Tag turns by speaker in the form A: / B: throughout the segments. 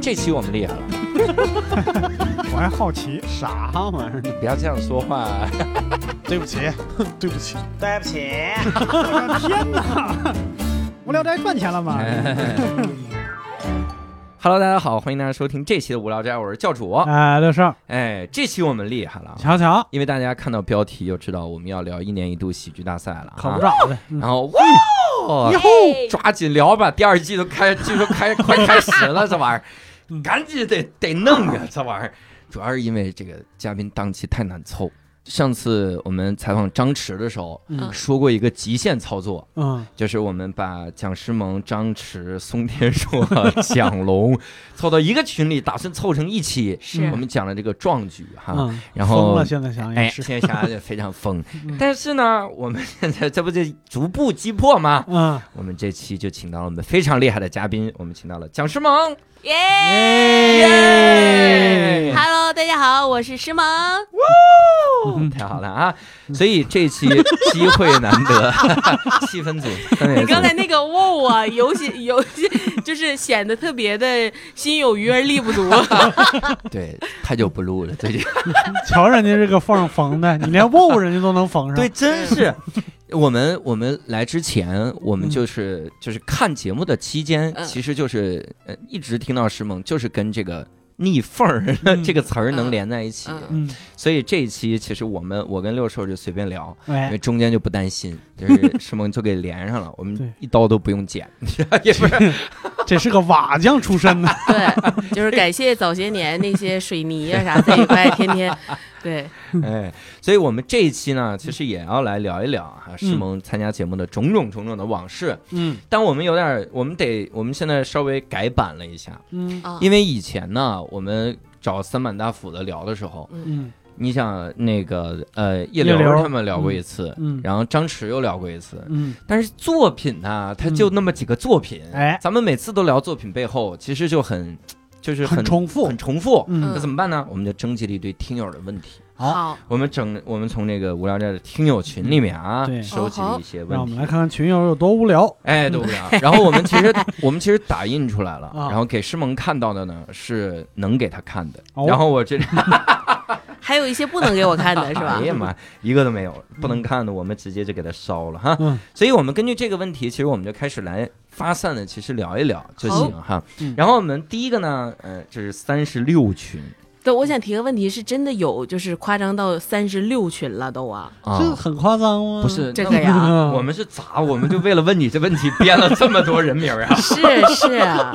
A: 这期我们厉害了，
B: 我还好奇，
C: 啥玩意儿？
A: 不要这样说话。
D: 对不起，对不起，
E: 对不起，
B: 我的天哪！无聊斋赚钱了吗？
A: 哎 Hello，大家好，欢迎大家收听这期的无聊斋，我是教主。
C: 哎，六少，
A: 哎，这期我们厉害了啊，
C: 瞧瞧，
A: 因为大家看到标题就知道我们要聊一年一度喜剧大赛了
C: 可不嗯
A: 啊。
C: 咋的。
A: 然后哇哦，
F: 哟
A: 抓紧聊吧，第二季都开，据说开快开始了，这玩 意儿嗯赶紧得得弄啊，这玩意儿。主要是因为这个嘉宾档期太难凑。上次我们采访张弛的时候，
C: 嗯
A: 说过一个极限操作，
C: 嗯，
A: 就是我们把蒋诗萌、张弛、松天硕、 蒋龙凑到一个群里，打算凑成一起。
F: 是
A: 我们讲了这个壮举哈，
C: 嗯
A: 然
C: 疯
A: 后
C: 了，现在想
A: 哎，
C: 也是。
A: 现在想想也非常疯
C: 嗯。
A: 但是呢，我们现在这不就逐步击破吗？
C: 嗯，
A: 我们这期就请到了我们非常厉害的嘉宾，我们请到了蒋诗萌。
F: 耶！Hello，大家好，我是石萌。
C: 嗯
A: 太好了啊！所以这期机会难得， 气氛组，氛围
F: 你
A: 组
F: 刚才那个哇啊，有些 有些就是显得特别的心有余而力不 足。
A: 对太久不录了，最近。
C: 瞧人家这个缝儿缝的，你连wow 人家都能缝上。
A: 对，，真是。我们我们来之前，我
C: 嗯
A: 们就是、就是看节目的期间，
F: 嗯
A: 其实就是呃一直听到师萌就是跟这个逆缝儿、
C: 嗯
A: 这个词儿能连在一起，
F: 嗯
C: 嗯，
A: 所以这一期其实我们我跟六兽就随便聊，因为
C: 哎，
A: 中间就不担心，就是 师萌就给连上了，我
C: 对
A: 们一刀都不用 剪，也不是
C: 这是个瓦匠出 身的，
F: 对，就是感谢早些年那些水泥啊啥这一块，天 天对
A: 哎，所以我们这一期呢，其实也要来聊一聊啊，师
C: 嗯
A: 萌参加节目的种种种种的往事，
C: 嗯
A: 但我们有点儿，我们得，我们现在稍微改版了一下，
C: 嗯
F: 啊，
A: 因为以前呢，我们找三板大斧子聊的时候，
C: 嗯
A: 你想那个呃叶
C: 叶
A: 刘
C: 刘
A: 他们聊过一次，
C: 嗯
A: 然后张弛又聊过一次，
C: 嗯，
A: 但是作品呢，它就那么几个作品，
C: 哎，
A: 咱们每次都聊作品背后，其实就很就是
C: 很重复
A: 很，重复。那
C: 嗯
A: 怎么办呢？我们就征集了一堆听友的问题，
F: 好，
A: 我们整我们从这个无聊斋的听友群里面啊
C: 嗯，对
A: 收集了一些问
C: 让我
A: 题
C: 们。来看看群友有多无聊。
A: 哎，对不对啊？然后我们其实 我们其实打印出来了，
C: 嗯啊
A: 然后给师萌看到的呢是能给他看的，
C: 哦
A: 然后我这是
F: 还有一些不能给我看的是吧
A: 哎？呀妈，一个都没有，不能看的我们直接就给他烧了哈。
C: 嗯
A: 所以我们根据这个问题，其实我们就开始来发散的，其实聊一聊就行哈。
C: 嗯
A: 然后我们第一个呢，呃，这是三十六群
F: 对，我想提个问题，是真的有就是夸张到三十六群了都啊？
A: 啊，
C: 这很夸张吗？
A: 不是
F: 这个呀
C: 嗯
A: 我们是咋？我们就为了问你这问题编了这么多人名 啊？
F: 是是啊，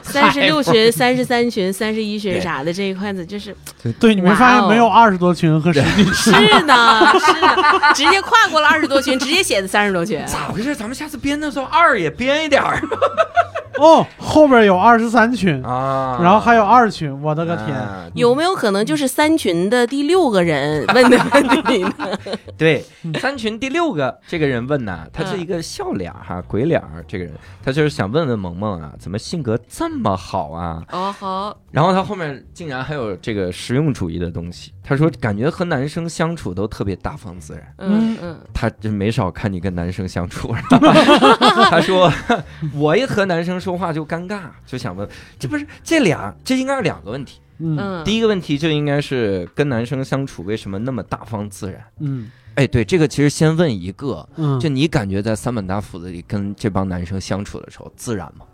F: 三十六群、三十三群、三十一群啥的这一块子，就是
C: 对，你没发现没有
F: 哇哦
C: 二十多群和十 几群？
F: 是呢，是呢， 直接跨过了二十多群，直接写的三十多
C: 啊
F: 群。
A: 咋回事？咱们下次编的时候二也编一点儿
C: 哦，后边有二十三群，
A: 啊
C: 然后还有二群，我的个天！
A: 啊
F: 有没有可能就是三群的第六个人问的问题呢？
A: 对，三群第六个这个人问呐，他是一个笑脸儿哈、鬼脸儿这个人，他就是想问问萌萌啊，怎么性格这么好啊？
F: 哦，好，
A: 然后他后面竟然还有这个实用主义的东西，他说感觉和男生相处都特别大方自然，
F: 嗯嗯，
A: 他真没少看你跟男生相处。然后他说我一和男生说话就尴尬，就想问，这不是这俩这应该是两个问题，
C: 嗯
F: 嗯，
A: 第一个问题就应该是跟男生相处为什么那么大方自然？
C: 嗯
A: 哎，对，这个其实先问一个。
C: 嗯，
A: 就你感觉在三本大斧子里跟这帮男生相处的时候自然吗？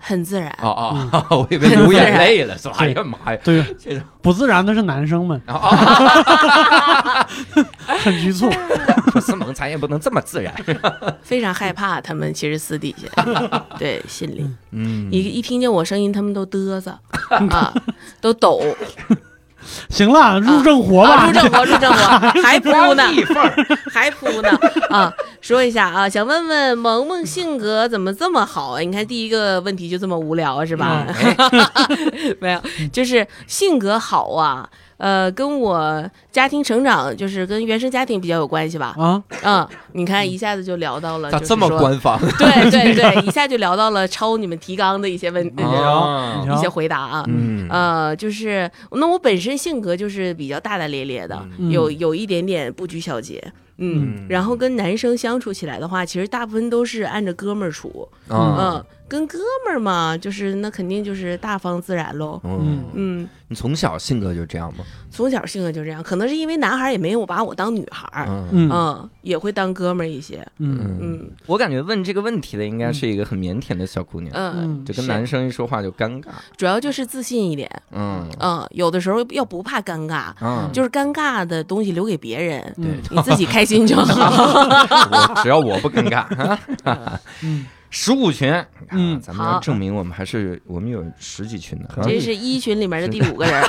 F: 很自然。
A: 哦哦， 我以为流眼泪了，是 吧？哎呀妈呀，
C: 对，
A: 这种
C: 不自然的是男 生们，
A: 啊啊，
C: 很局促。
A: 说思萌咱也不能这么自然。
F: 非常害怕他们，其实私底 下，对心里
A: 嗯
F: 一一听见我声音，他们都嘚瑟啊，都 抖，
C: 行了，入正活
F: 啊，
C: 吧
F: 入。正活，入正 活，还扑呢，
A: 地缝儿
F: 还扑呢啊！说一下啊，想问问萌萌性格怎么这么好啊？你看第一个问题就这么无聊啊，是吧？
A: 哎
F: 没有，就是性格好啊。呃，跟我家庭成长就是跟原生家庭比较有关系吧。
C: 啊，
F: 嗯，你看一下子就聊到了，
A: 咋
F: 就是
A: 这么
F: 说？
A: 官 方？
F: 对对对，一下就聊到了超你们提纲的一些问题、
A: 啊
C: 你
F: 一些
C: 瞧，
F: 回答啊。
A: 嗯
F: 呃，就是那我本身性格就是比较大大咧咧的，
C: 嗯
F: 有有一点点不拘小节，嗯，
A: 嗯
F: 然后跟男生相处起来的话，其实大部分都是按着哥们儿处，
A: 啊
F: 嗯，跟哥们儿嘛，就是那肯定就是大方自然喽。
A: 嗯，
F: 嗯，
A: 你从小性格就这样吗？
F: 从小性格就这样，可能是因为男孩儿也没有把我当女孩儿，
A: 嗯
C: 嗯
F: 嗯，也会当哥们儿一些，
C: 嗯
F: 嗯
A: 我感觉问这个问题的应该是一个很腼腆的小姑娘，
F: 嗯，
A: 就跟
F: 是
A: 男生一说话就尴尬。
F: 主要就是自信一点，
A: 嗯
F: 嗯，有的时候要不怕尴尬，
A: 嗯，
F: 就是尴尬的东西留给 别人，
C: 嗯
A: 对，
F: 你自己开心就好。
A: 我啊只要我不尴尬，
C: 嗯
A: 十五群，啊
C: 嗯
A: 咱们要证明我们还是我们有十几群的啊。
F: 这是一群里面的第五 个人，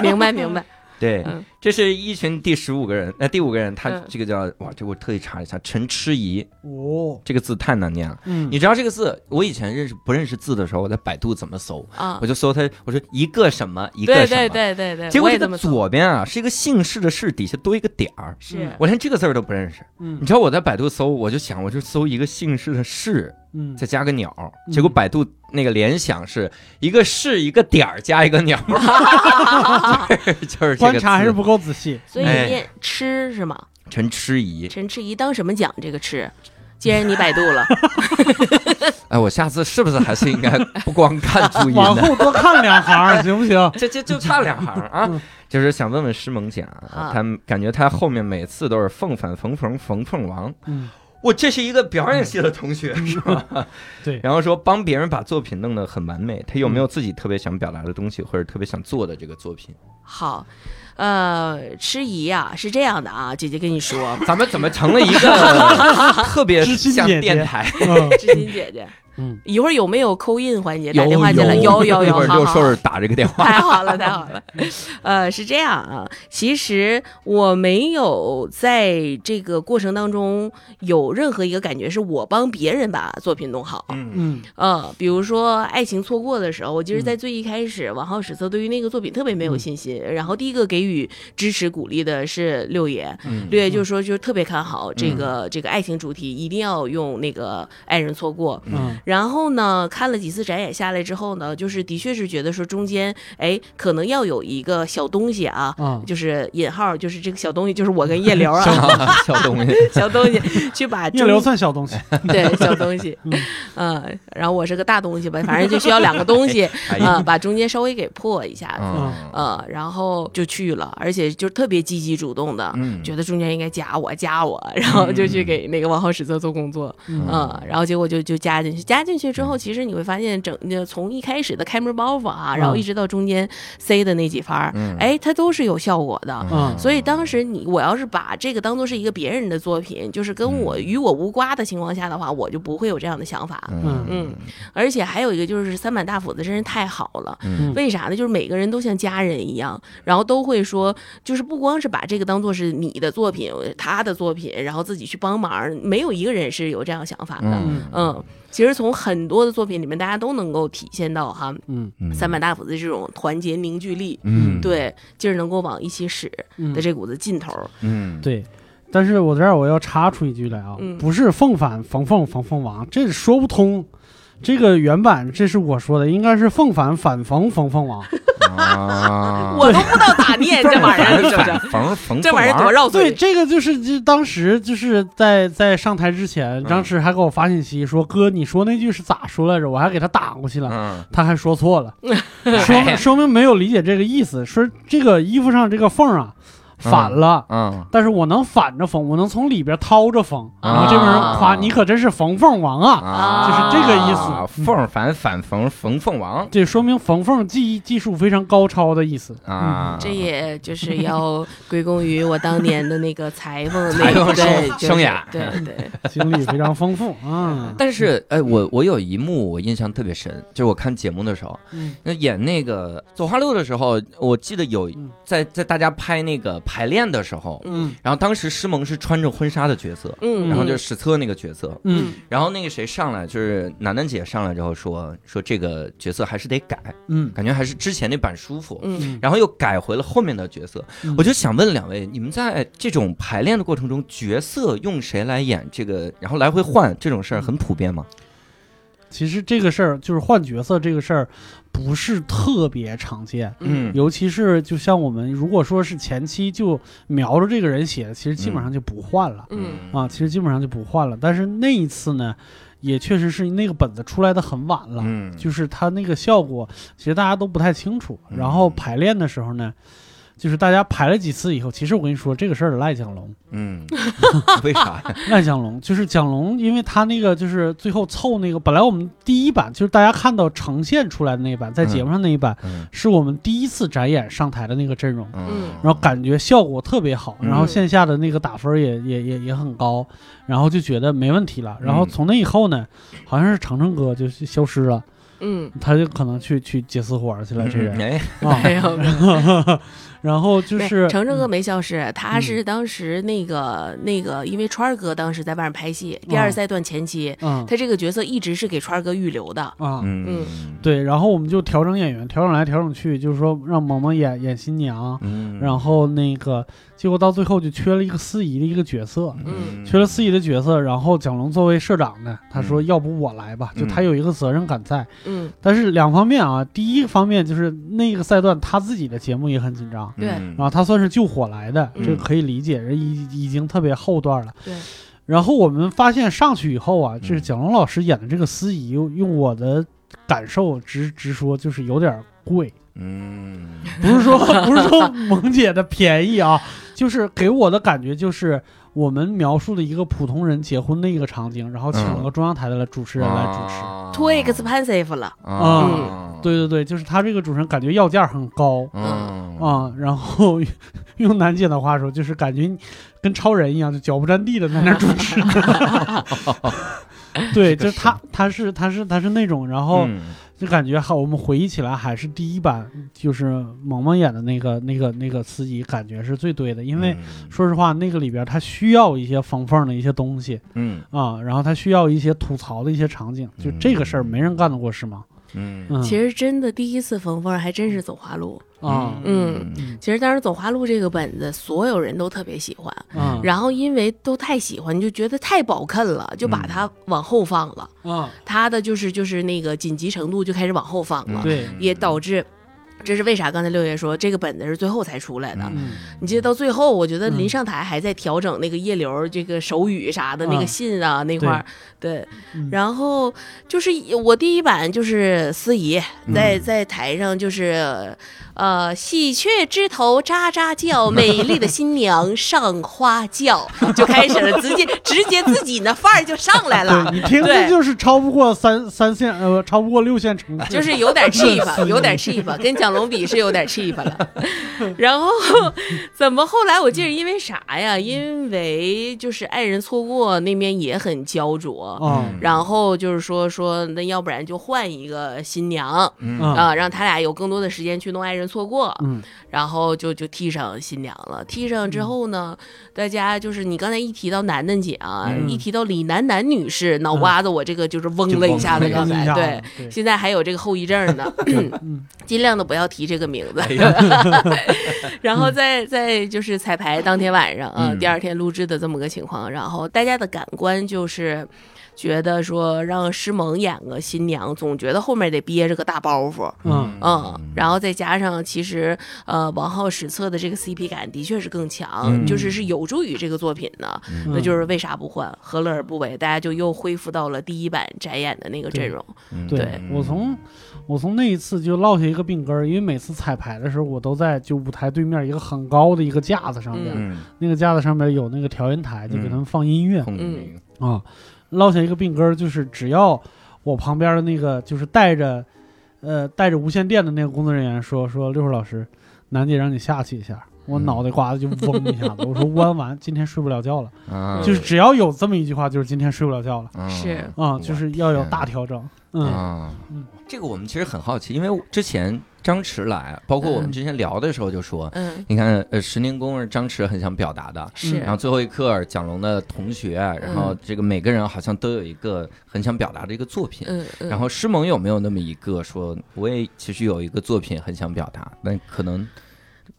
F: 明白明白。
A: 对
F: 嗯，
A: 这是一群第十五个人，呃，第五个人，他
F: 嗯
A: 这个叫哇，这我特意查一下，陈痴怡
C: 哦，
A: 这个字太难念了。
C: 嗯
A: 你知道这个字，我以前认识不认识字的时候，我在百度怎么搜，
F: 啊
A: 我，就搜它，我说一个什么一个
F: 对
A: 什么，
F: 对对对对，
A: 结
F: 我
A: 果
F: 也
A: 这
F: 这
A: 个
F: 么做
A: 左嗯边啊是一个姓氏的氏，底下多一个点儿，
F: 是
A: 我连这个字儿都不认识。你
C: 嗯
A: 知道我在百度搜，我就想我就搜一个姓氏的氏，
C: 嗯
A: 再加个鸟，
C: 嗯
A: 结果百度那个联想是一个是一个点儿加一个鸟， 就是就是这个
C: 观察还是
A: 字
C: 不够仔细，
F: 所以
A: 哎
F: 你念吃是吗？
A: 陈痴怡。
F: 陈赤怡当什么讲这个吃？既然你百 度了，
A: 哎，我下次是不是还是应该不光看注音
C: 往
A: 呢？
C: 后多看两行 行不行？
A: 这这就差两行啊
C: 嗯，
A: 就是想问问师萌姐啊
F: 啊，
A: 他感觉他后面每次都是凤返冯冯冯凤王，
C: 嗯
A: 我这是一个表演系的同学、是吧？
C: 对
A: 然后说帮别人把作品弄得很完美，他有没有自己特别想表达的东西，或者特别想做的这个作品？
F: 好，呃，吃怡啊，是这样的啊，姐姐跟你说，
A: 咱们怎么成了一 个特别
C: 知心
A: 像
C: 姐姐
A: 电台？
C: 嗯
F: 知心姐 姐，
C: 嗯，
F: 一会儿有没有扣印环节打电话进来？有有
A: 一
F: 有，
A: 会儿
F: 好
A: 六
F: 好
A: 兽
F: 好
A: 儿打这个电话。
F: 太 好了，太好了。呃，是这样啊，其实我没有在这个过程当中有任何一个感觉是我帮别人把作品弄好。
A: 嗯
C: 嗯
F: 嗯，比如说《爱情错过》的时候，我就是在最一开始，王浩史册对于那个作品特别
A: 嗯
F: 没有信心，然后第一个给予支持鼓励的是六爷，
A: 嗯
F: 六爷就说就是特别看好这个、这个爱情主题，一定要用那个《爱人错过》。
C: 嗯
F: 然后呢，看了几次展演下来之后呢，就是的确是觉得说中间，哎，可能要有一个小东西啊，
C: 啊，
F: 就是引号，就是这个小东西，就是我跟叶流啊，
A: 小东西，
F: 小东西去把
C: 叶
F: 中
C: 流算小 东西，
F: 对小东西，嗯，然后我是个大东西吧，反正就需要两个东西
A: 哎
F: 啊，把中间稍微给破一下，
A: 嗯
F: 呃，然后就去了，而且就特别积极主动的。
A: 嗯
F: 觉得中间应该加我加我， 然后就去给那个王浩史册做工作，嗯，然后结果就就加进去，加进去之后，其实你会发现整就从一开始的开门包袱啊，然后一直到中间塞的那几番儿，
A: 嗯
F: 哎，它都是有效果的。
C: 嗯
F: 所以当时你我要是把这个当做是一个别人的作品，就是跟我与我无瓜的情况下的话，我就不会有这样的想法。
A: 嗯
F: 嗯，而且还有一个就是三板大斧子真是太好了。
A: 嗯
F: 为啥呢？就是每个人都像家人一样，然后都会说，就是不光是把这个当做是你的作品、他的作品，然后自己去帮忙，没有一个人是有这样想法的。
A: 嗯
F: 嗯，其实从很多的作品里面，大家都能够体现到哈，
C: 嗯
A: 嗯
F: 三板大斧子这种团结凝聚力，
A: 嗯
F: 对，就是能够往一起使
C: 嗯
F: 的这股子劲头儿。
A: 嗯
C: 对。但是我这儿我要插出一句来啊，
F: 嗯
C: 不是凤返冯凤冯凤王，这说不通。这个原版这是我说的，应该是凤返反冯冯凤王。
A: 啊，
F: 我都不知道咋念这玩意儿，是不是？
A: 冯冯
F: 这玩意儿多绕
C: 对，
F: 嘴。
C: 这个就是就当时就是在在上台之前，
A: 嗯
C: 张弛还给我发信息说：“哥，你说那句是咋说来着？”我还给他打过去了，
A: 嗯，
C: 他还说错了，说明说明没有理解这个意思，说这个衣服上这个缝儿啊反了。
F: 啊
A: 嗯，
C: 但是我能反着缝，我能从里边掏着缝，
A: 啊
C: 然后这边人夸你可真是缝缝王啊！
A: 啊，
C: 就是这个意思
A: 啊凤反反冯冯凤王
C: 这说明缝缝技艺技术非常高超的意 思。
A: 啊，
F: 嗯这也就是要归功于我当年的那个裁缝
A: 裁
F: 那
A: 缝
F: 个对
A: 生
F: 就是
A: 生涯。
F: 对对，
C: 经历非常丰 富啊
A: 但是，哎，我我有一幕我印象特别深，就是我看节目的时候，
C: 嗯
A: 那演那个《走花路》的时候，我记得有
C: 嗯
A: 在在大家拍那个排练的时候，
F: 嗯
A: 然后当时施蒙是穿着婚纱的角色，
F: 嗯，
A: 然后就是史策那个角色，
C: 嗯
A: 然后那个谁上来就是楠楠姐上来之后说说这个角色还是得改，
C: 嗯
A: 感觉还是之前那版舒服。
F: 嗯
A: 然后又改回了后面的角色，
C: 嗯
A: 我就想问两位，你们在这种排练的过程
C: 嗯
A: 中，角色用谁来演这个，然后来回换这种事儿很普遍吗？
C: 其实这个事儿就是换角色这个事儿，不是特别常见。
A: 嗯
C: 尤其是就像我们如果说是前期就瞄着这个人写的，其实基本上就不换了、
F: 嗯
C: 啊，其实基本上就不换了。但是那一次呢，也确实是那个本子出来的很晚了，
A: 嗯，
C: 就是它那个效果，其实大家都不太清楚。
A: 嗯
C: 然后排练的时候呢，就是大家排了几次以后，其实我跟你说这个事儿，赖 蒋龙，
A: 嗯，为啥呀？
C: 赖蒋龙就是蒋龙，因为他那个就是最后凑那个，本来我们第一版就是大家看到呈现出来的那一版，在节目上那一版、
A: 嗯
C: 是我们第一次展演上台的那个阵容。
F: 嗯
C: 然后感觉效果特别好，
A: 嗯
C: 然后线下的那个打分也也也也很高，然后就觉得没问题了。然后
A: 嗯
C: 从那以后呢，好像是长城哥就消失了，
F: 嗯，
C: 他就可能去去接私活儿去了，这人
A: 哎，
C: 啊。
F: 没有，
A: 嗯
C: 然后就
F: 没
C: 是嗯
F: 程程哥没消失，他是
A: 嗯
F: 当时那个那个，因为川儿哥当时在外面拍
A: 哦
F: 戏，第二赛段前期，
C: 嗯
F: 他这个角色一直是给川儿哥预留
A: 哦
F: 的。
C: 啊。
A: 嗯，
C: 对，然后我们就调整演员，调整来调整去，就是说让萌萌演演新娘，
A: 嗯，
C: 然后那个结果到最后就缺了一个司仪的一个角色，
F: 嗯
C: 缺了司仪的角色，然后蒋龙作为社长呢，他说
A: 嗯
C: 要不我来吧，就他
A: 嗯
C: 有一个责任感在，
F: 嗯
C: 但是两方面啊，第一个方面就是那个赛段他自己的节目也很紧张，
F: 对
A: 嗯
C: 然后他啊算是救火来的，
F: 嗯
C: 这个可以理解，人已已经特别后段了。
F: 对。
C: 然后我们发现上去以后啊，这
A: 嗯
C: 蒋龙老师演的这个司仪，用用我的感受直直说，就是有点贵，
A: 嗯
C: 不是 说不是说萌姐的便宜啊，就是给我的感觉就是我们描述的一个普通人结婚的一个场景，然后请了个中央台的来主持人来主持。
F: ，too
A: 哦
F: expensive 了，
A: 啊，
F: 嗯
C: 对对对，就是他这个主持人感觉要价很高，
A: 嗯
C: 啊、然后 用楠姐的话说，就是感觉跟超人一样，就脚不沾地的在那儿主持。对，就是他，他是他是他是那种，嗯然后
A: 嗯
C: 就感觉好，我们回忆起来还是第一版，就是萌萌演的那个那个那个司仪，感觉是最对的，因
A: 嗯
C: 为。说实话，那个里边他需要一些防缝的一些东西
A: 嗯
C: 啊，然后他需要一些吐槽的一些场景，就这个事儿没人干得过是吗？
A: 嗯
C: 嗯，
F: 其实真的第一次冯凤还真是走花路。嗯
C: 啊，
A: 嗯
F: 其实当时走花路这个本子，所有人都特别喜欢，
C: 啊
F: 然后因为都太喜欢，就觉得太宝看了，就把它往后放了。
C: 啊，
F: 他的就是就是那个紧急程度就开始往后放了，
C: 对，
F: 也导致。这是为啥？刚才六爷说这个本子是最后才出来的。
C: 嗯
F: 你记得到最后，我觉得临
C: 嗯
F: 上台还在调整那个叶流这个手语啥的，那
C: 啊
F: 个信啊那块儿，对。
C: 嗯
F: 然后就是我第一版就是司仪在在台上就是，呃，喜鹊枝头喳喳叫，美丽的新娘上花轿，就开始了，直接直接自己那范儿就上来了
C: 对。你听
F: 对
C: 着就是超不过三三线呃，超不过六线城市，
F: 就是有点 cheap，有点 cheap，跟蒋龙比是有点 cheap 了。然后怎么后来我记得因为啥呀？因为就是爱人错过那边也很焦灼，
C: 啊
F: 然后就是说说那要不然就换一个新娘。
A: 嗯
F: 啊、让他俩有更多的时间去弄爱人错过，
C: 嗯
F: 然后就就踢上新娘了。踢上之后呢，大家就是你刚才一提到楠楠姐啊，
A: 嗯
F: 一提到李楠楠女士，脑瓜子我这个就是嗡
A: 就
F: 了一
A: 嗡
F: 下子，
A: 了
F: 刚才对
C: 啊对，
F: 现在还有这个后遗症呢，
C: 嗯
F: 尽量的不要提这个名字。
C: 哎
F: 然后在在就是彩排当天晚上啊，
A: 嗯
F: 第二天录制的这么个情况，然后大家的感官就是。觉得说让诗萌演个新娘，总觉得后面得憋着个大包袱，
C: 嗯
F: 嗯，然后再加上其实呃王浩史册的这个 CP 感的确是更强，
A: 嗯
F: 就是是有助于这个作品的，
C: 嗯
F: 那就是为啥不换，何乐而不为？大家就又恢复到了第一版展演的那个阵容，
C: 对我从我从那一次就落下一个病根儿，因为每次彩排的时候，我都在就舞台对面一个很高的一个架子上边，
A: 嗯
C: 那个架子上边有那个调音台，就给他们放音乐
A: 嗯
C: 啊。落下一个病根儿就是，只要我旁边的那个就是带着呃带着无线电的那个工作人员说说六叔老师，楠姐让你下去一下。我
A: 嗯
C: 脑袋瓜子就嗡一下子，我说弯完，今天睡不了觉了。
F: 嗯
A: 啊
C: 就是只要有这么一句话，就是今天睡不了觉了啊，就是要有
A: 天
C: 大调整。嗯
A: 啊，这个我们其实很好奇，因为之前张弛来，包括我
C: 嗯
A: 们之前聊的时候就说，
F: 嗯，
A: 你看呃十年功是张弛很想表达的，
F: 是
A: 嗯然后最后一刻，蒋龙的同学，然
F: 嗯
A: 后这个每个人好像都有一个很想表达的一个作品。
F: 嗯嗯，
A: 然后诗萌有没有那么一个说，我也其实有一个作品很想表达，但可能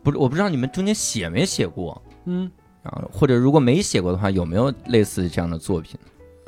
A: 不是，我不知道你们中间写没写过，
C: 嗯
A: 然后或者如果没写过的话，有没有类似这样的作品，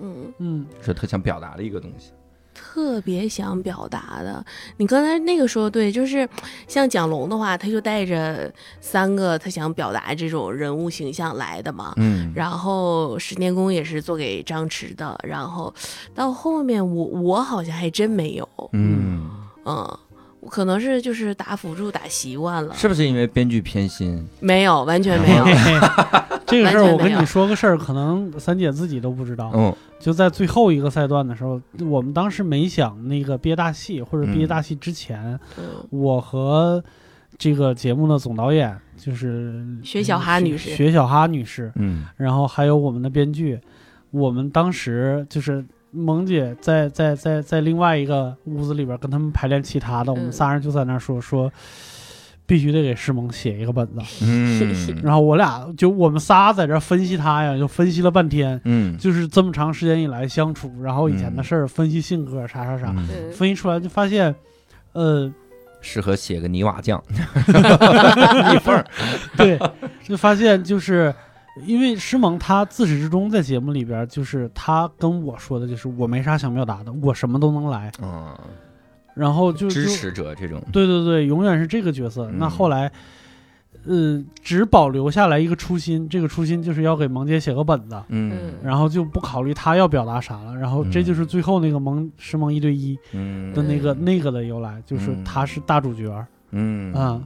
F: 嗯
C: 嗯，
A: 是特想表达的一个东西？
F: 特别想表达的。你刚才那个说得对，就是像蒋龙的话，他就带着三个他想表达这种人物形象来的嘛。
A: 嗯，
F: 然后十年功也是做给张弛的，然后到后面我我好像还真没有，
A: 嗯，
F: 嗯，我可能是就是打辅助打习惯了，
A: 是不是因为编剧偏心？
F: 没有，完全没有。
C: 这个事儿
F: 完全
C: 我跟
F: 没有
C: 你说个事儿，可能三姐自己都不知道。
F: 哦
A: 嗯
C: 就在最后一个赛段的时候，我们当时没想那个憋大戏，或者憋大戏之前，
F: 嗯
C: 我和这个节目的总导演就是
F: 薛小哈女士
C: 薛小哈女士，
A: 嗯
C: 然后还有我们的编剧，我们当时就是萌姐在在在在另外一个屋子里边跟他们排练其他的，我们
F: 嗯
C: 仨人就在那儿说说，必须得给世萌写一个本子。
A: 嗯
C: 然后我俩就我们仨在这儿分析他呀，就分析了半天，
A: 嗯，
C: 就是这么长时间以来相处，然后以前的事儿，分析性格啥啥啥，
A: 嗯
F: 嗯
C: 分析出来就发现，呃，
A: 适合写个泥瓦匠，一份儿
C: 对，就发现就是因为诗萌他自始至终在节目里边儿，就是他跟我说的就是我没啥想表达的，我什么都能来，
A: 嗯，
C: 然后就
A: 支
C: 就
A: 持者这种，
C: 对对对，永远是这个角色。
A: 嗯
C: 那后来，呃，只保留下来一个初心，这个初心就是要给萌姐写个本子。
A: 嗯
C: 然后就不考虑他要表达啥了，然后这就是最后那个萌诗萌一对一
A: 嗯
C: 的那个、那个的由来，就是
A: 嗯
C: 他是大主角儿
A: 嗯
C: 啊，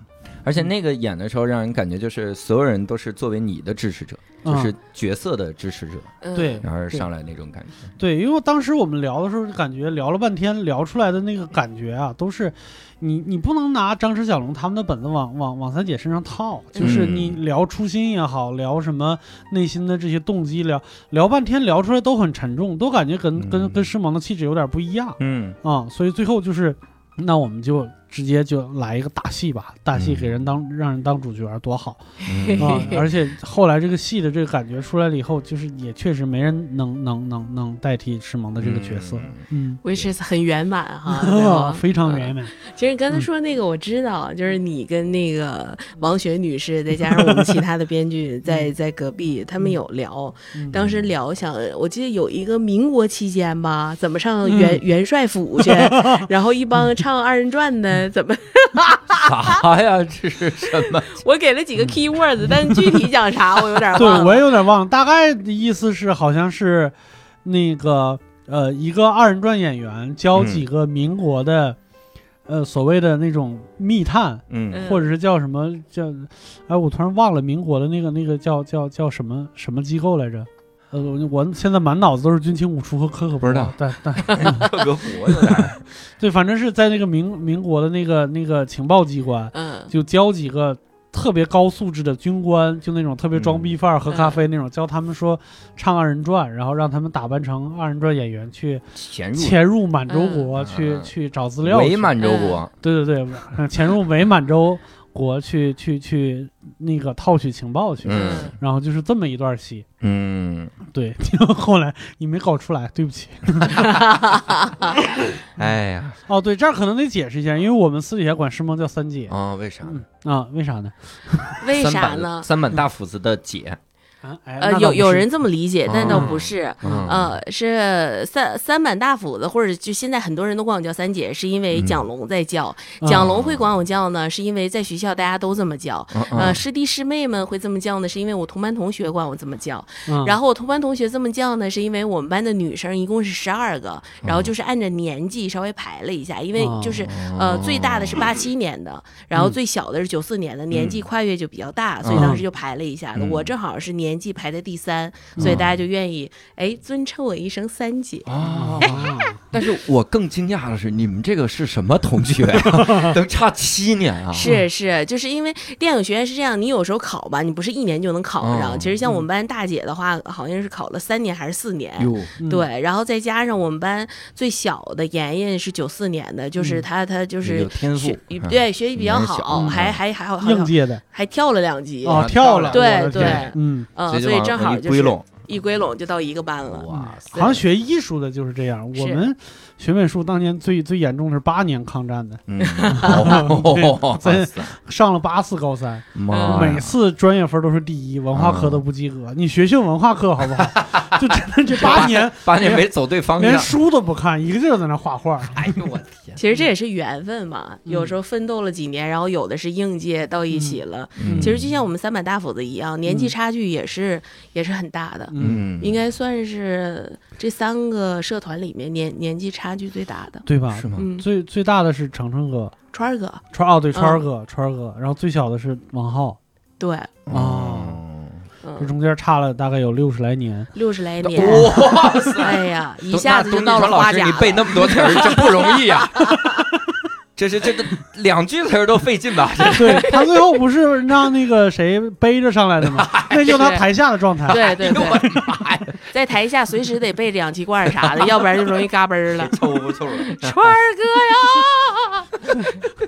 A: 而且那个演的时候，让人感觉就是所有人都是作为你的支持者，就
C: 啊
A: 是角色的支持者，
F: 嗯
C: 对
A: 然后上来那种感觉。
C: 对，因为当时我们聊的时候，就感觉聊了半天，聊出来的那个感觉啊，都是你你不能拿张弛、小龙他们的本子往往往三姐身上套，就是
A: 嗯
C: 你聊初心也好，聊什么内心的这些动机，聊聊半天聊出来都很沉重，都感觉跟、跟
A: 嗯
C: 跟诗萌的气质有点不一样
A: 嗯
C: 啊、所以最后就是，那我们就直接就来一个大戏吧，大戏
A: 嗯
C: 给人当、让人当主角多好。
A: 嗯
C: 啊，而且后来这个戏的这个感觉出来了以后，就是也确实没人能能能能代替诗萌的这个角色，嗯，
F: 维持很圆满哈，对嗯
C: 啊
F: 吧
C: 非常圆满，
F: 其实你
C: 嗯
F: 刚才说那个我知道，就是你跟那个王雪女士，再加上我们其他的编剧 在在隔壁，他们有聊，
C: 嗯
F: 当时聊想，我记得有一个民国期间吧，怎么上元
C: 嗯
F: 元帅府 去，然后一帮唱二人转的，
C: 嗯
F: 怎么
A: 啥哎呀？这是什么？
F: 我给了几个 key words，但具体 讲啥我有点
C: 嗯对
F: 忘
C: 我
F: 了。
C: 也有点忘了，大概的意思是好像是那个呃一个二人转演员教
A: 嗯
C: 几个民国的、呃所谓的那种密探。
A: 嗯
F: 嗯
C: 或者是叫什么叫，哎，我突然忘了民国的那个那个叫叫叫什么什么机构来着？呃，我我现在满脑子都是军情五处和科科
A: 不知道，
C: 但但
A: 克格勃有点儿。
C: 对，反正是在那个民民国的那个那个情报机关，
F: 嗯，
C: 就教几个特别高素质的军官，就那种特别装逼范儿、喝
F: 嗯
C: 咖啡那种，教他们说唱二人转，然后让他们打扮成二人转演员去
A: 潜入
C: 潜入满洲国
A: 嗯
C: 去、
A: 嗯
C: 去找资料去，
A: 哎伪满洲国，
C: 对对对，呃潜入伪满洲国去去去那个套取情报去，
A: 嗯
C: 然后就是这么一段戏。
A: 嗯，
C: 对， 就后来你没搞出来，对不起。
A: 哎呀，
C: 哦，对，这儿可能得解释一下，因为我们私底下管师萌叫三姐。
A: 啊，为啥？
C: 嗯啊，为啥呢？
F: 为
A: 三
F: 啥
A: 板
F: 呢？
A: 三板大斧子的姐，
C: 啊，哎，那
F: 呃，
C: 倒
F: 有
C: 不
F: 有
C: 是
F: 人这么理解，但倒不
C: 哦
F: 是。
A: 嗯
F: 呃，是三三板大斧子，或者就现在很多人都管我叫三姐，是因为
A: 嗯
F: 蒋龙在叫。
C: 啊
F: 蒋龙会管我叫呢，是因为在学校大家都这么叫。
A: 嗯
F: 呃，
A: 嗯
F: 师弟师妹们会这么叫呢，是因为我同班同学管我这么叫。
C: 嗯
F: 然后我同班同学这么叫呢，是因为我们班的女生一共是十二个，
A: 嗯
F: 然后就是按照年纪稍微排了一下，因为就是
A: 哦
F: 呃最大的是八七年的，然后
A: 嗯
F: 最小的是九四年的，年纪跨越就比较大，所以当时就排了一下。
A: 嗯
F: 我正好是年纪排在第三，所以大家就愿意哎尊称我一声三姐。
A: 啊。
C: 啊
A: 但是我更惊讶的是，你们这个是什么同学 啊？都差七年啊！
F: 是是，就是因为电影学院是这样，你有时候考吧，你不是一年就能考上。
A: 哦
F: 其实像我们班大姐的话，好像是考了三年还是四年。
A: 哟，
C: 嗯
F: 对，然后再加上我们班最小的妍妍是九四年的，就是她她就
A: 嗯有
F: 是
A: 天赋嗯
F: 学，对学习比较
A: 年纪小
F: 好，
A: 嗯
F: 还还还好
C: 应
F: 还
C: 届的
F: 还跳了两级，
C: 哦，
A: 跳
C: 跳
A: 了
C: 了，
F: 对
C: 我的天
F: 对
C: 嗯
F: 嗯，
A: 所
F: 所以
A: 往
F: 正
A: 往
F: 好
A: 一
F: 就
A: 归
F: 是
A: 拢，
F: 一归拢就到一个班了。
A: 哇塞，
C: 好像学艺术的就是这样。
F: 是
C: 我们学美术当年最最严重的是八年抗战的，
A: 嗯， 哦，
C: 对上了八次高三，
A: 妈呀
C: 每次专业分都是第一，文化科都不及格。你学学文化课好不好？就真的这八年
A: 八年没走对方
C: 连
A: 向，
C: 书都不看，一个劲儿在那画画。
A: 哎呦我天，
F: 其实这也是缘分嘛，
C: 嗯
F: 有时候奋斗了几年，然后有的是应届到一起了。
A: 嗯
F: 其实就像我们三板大斧子一样，年纪
C: 嗯
F: 差距也是、也是很大的，
C: 嗯，
A: 嗯，
F: 应该算是这三个社团里面年年纪差距最大的。
C: 对吧
A: 是？吗？
F: 嗯，
C: 最最大的是程程哥，
F: 川儿哥，
C: 川儿哦对川儿哥，川儿哥，然后最小的是王浩，
F: 对，
A: 哦，
C: 这
F: 嗯，
C: 中间差了大概有六十来年。
F: 六十来年，
A: 哇塞！
F: 哎呀，一
A: 董
F: 哎下
A: 那
F: 子
A: 董
F: 就
A: 宇
F: 到了
A: 川老
F: 花
A: 师，
F: 甲
A: 你
F: 了
A: 背那么多词儿，真不容易 呀、这是这个两句词儿都费劲吧？这
C: 对他最后不是让那个谁背着上来的 吗？那就是他台下的状态。
F: 对对
A: 哎呦我
F: 对， 在台下随时得备着氧气罐啥的，要不然就容易嘎嘣儿 了。
A: 凑不凑了？
F: 川儿哥呀，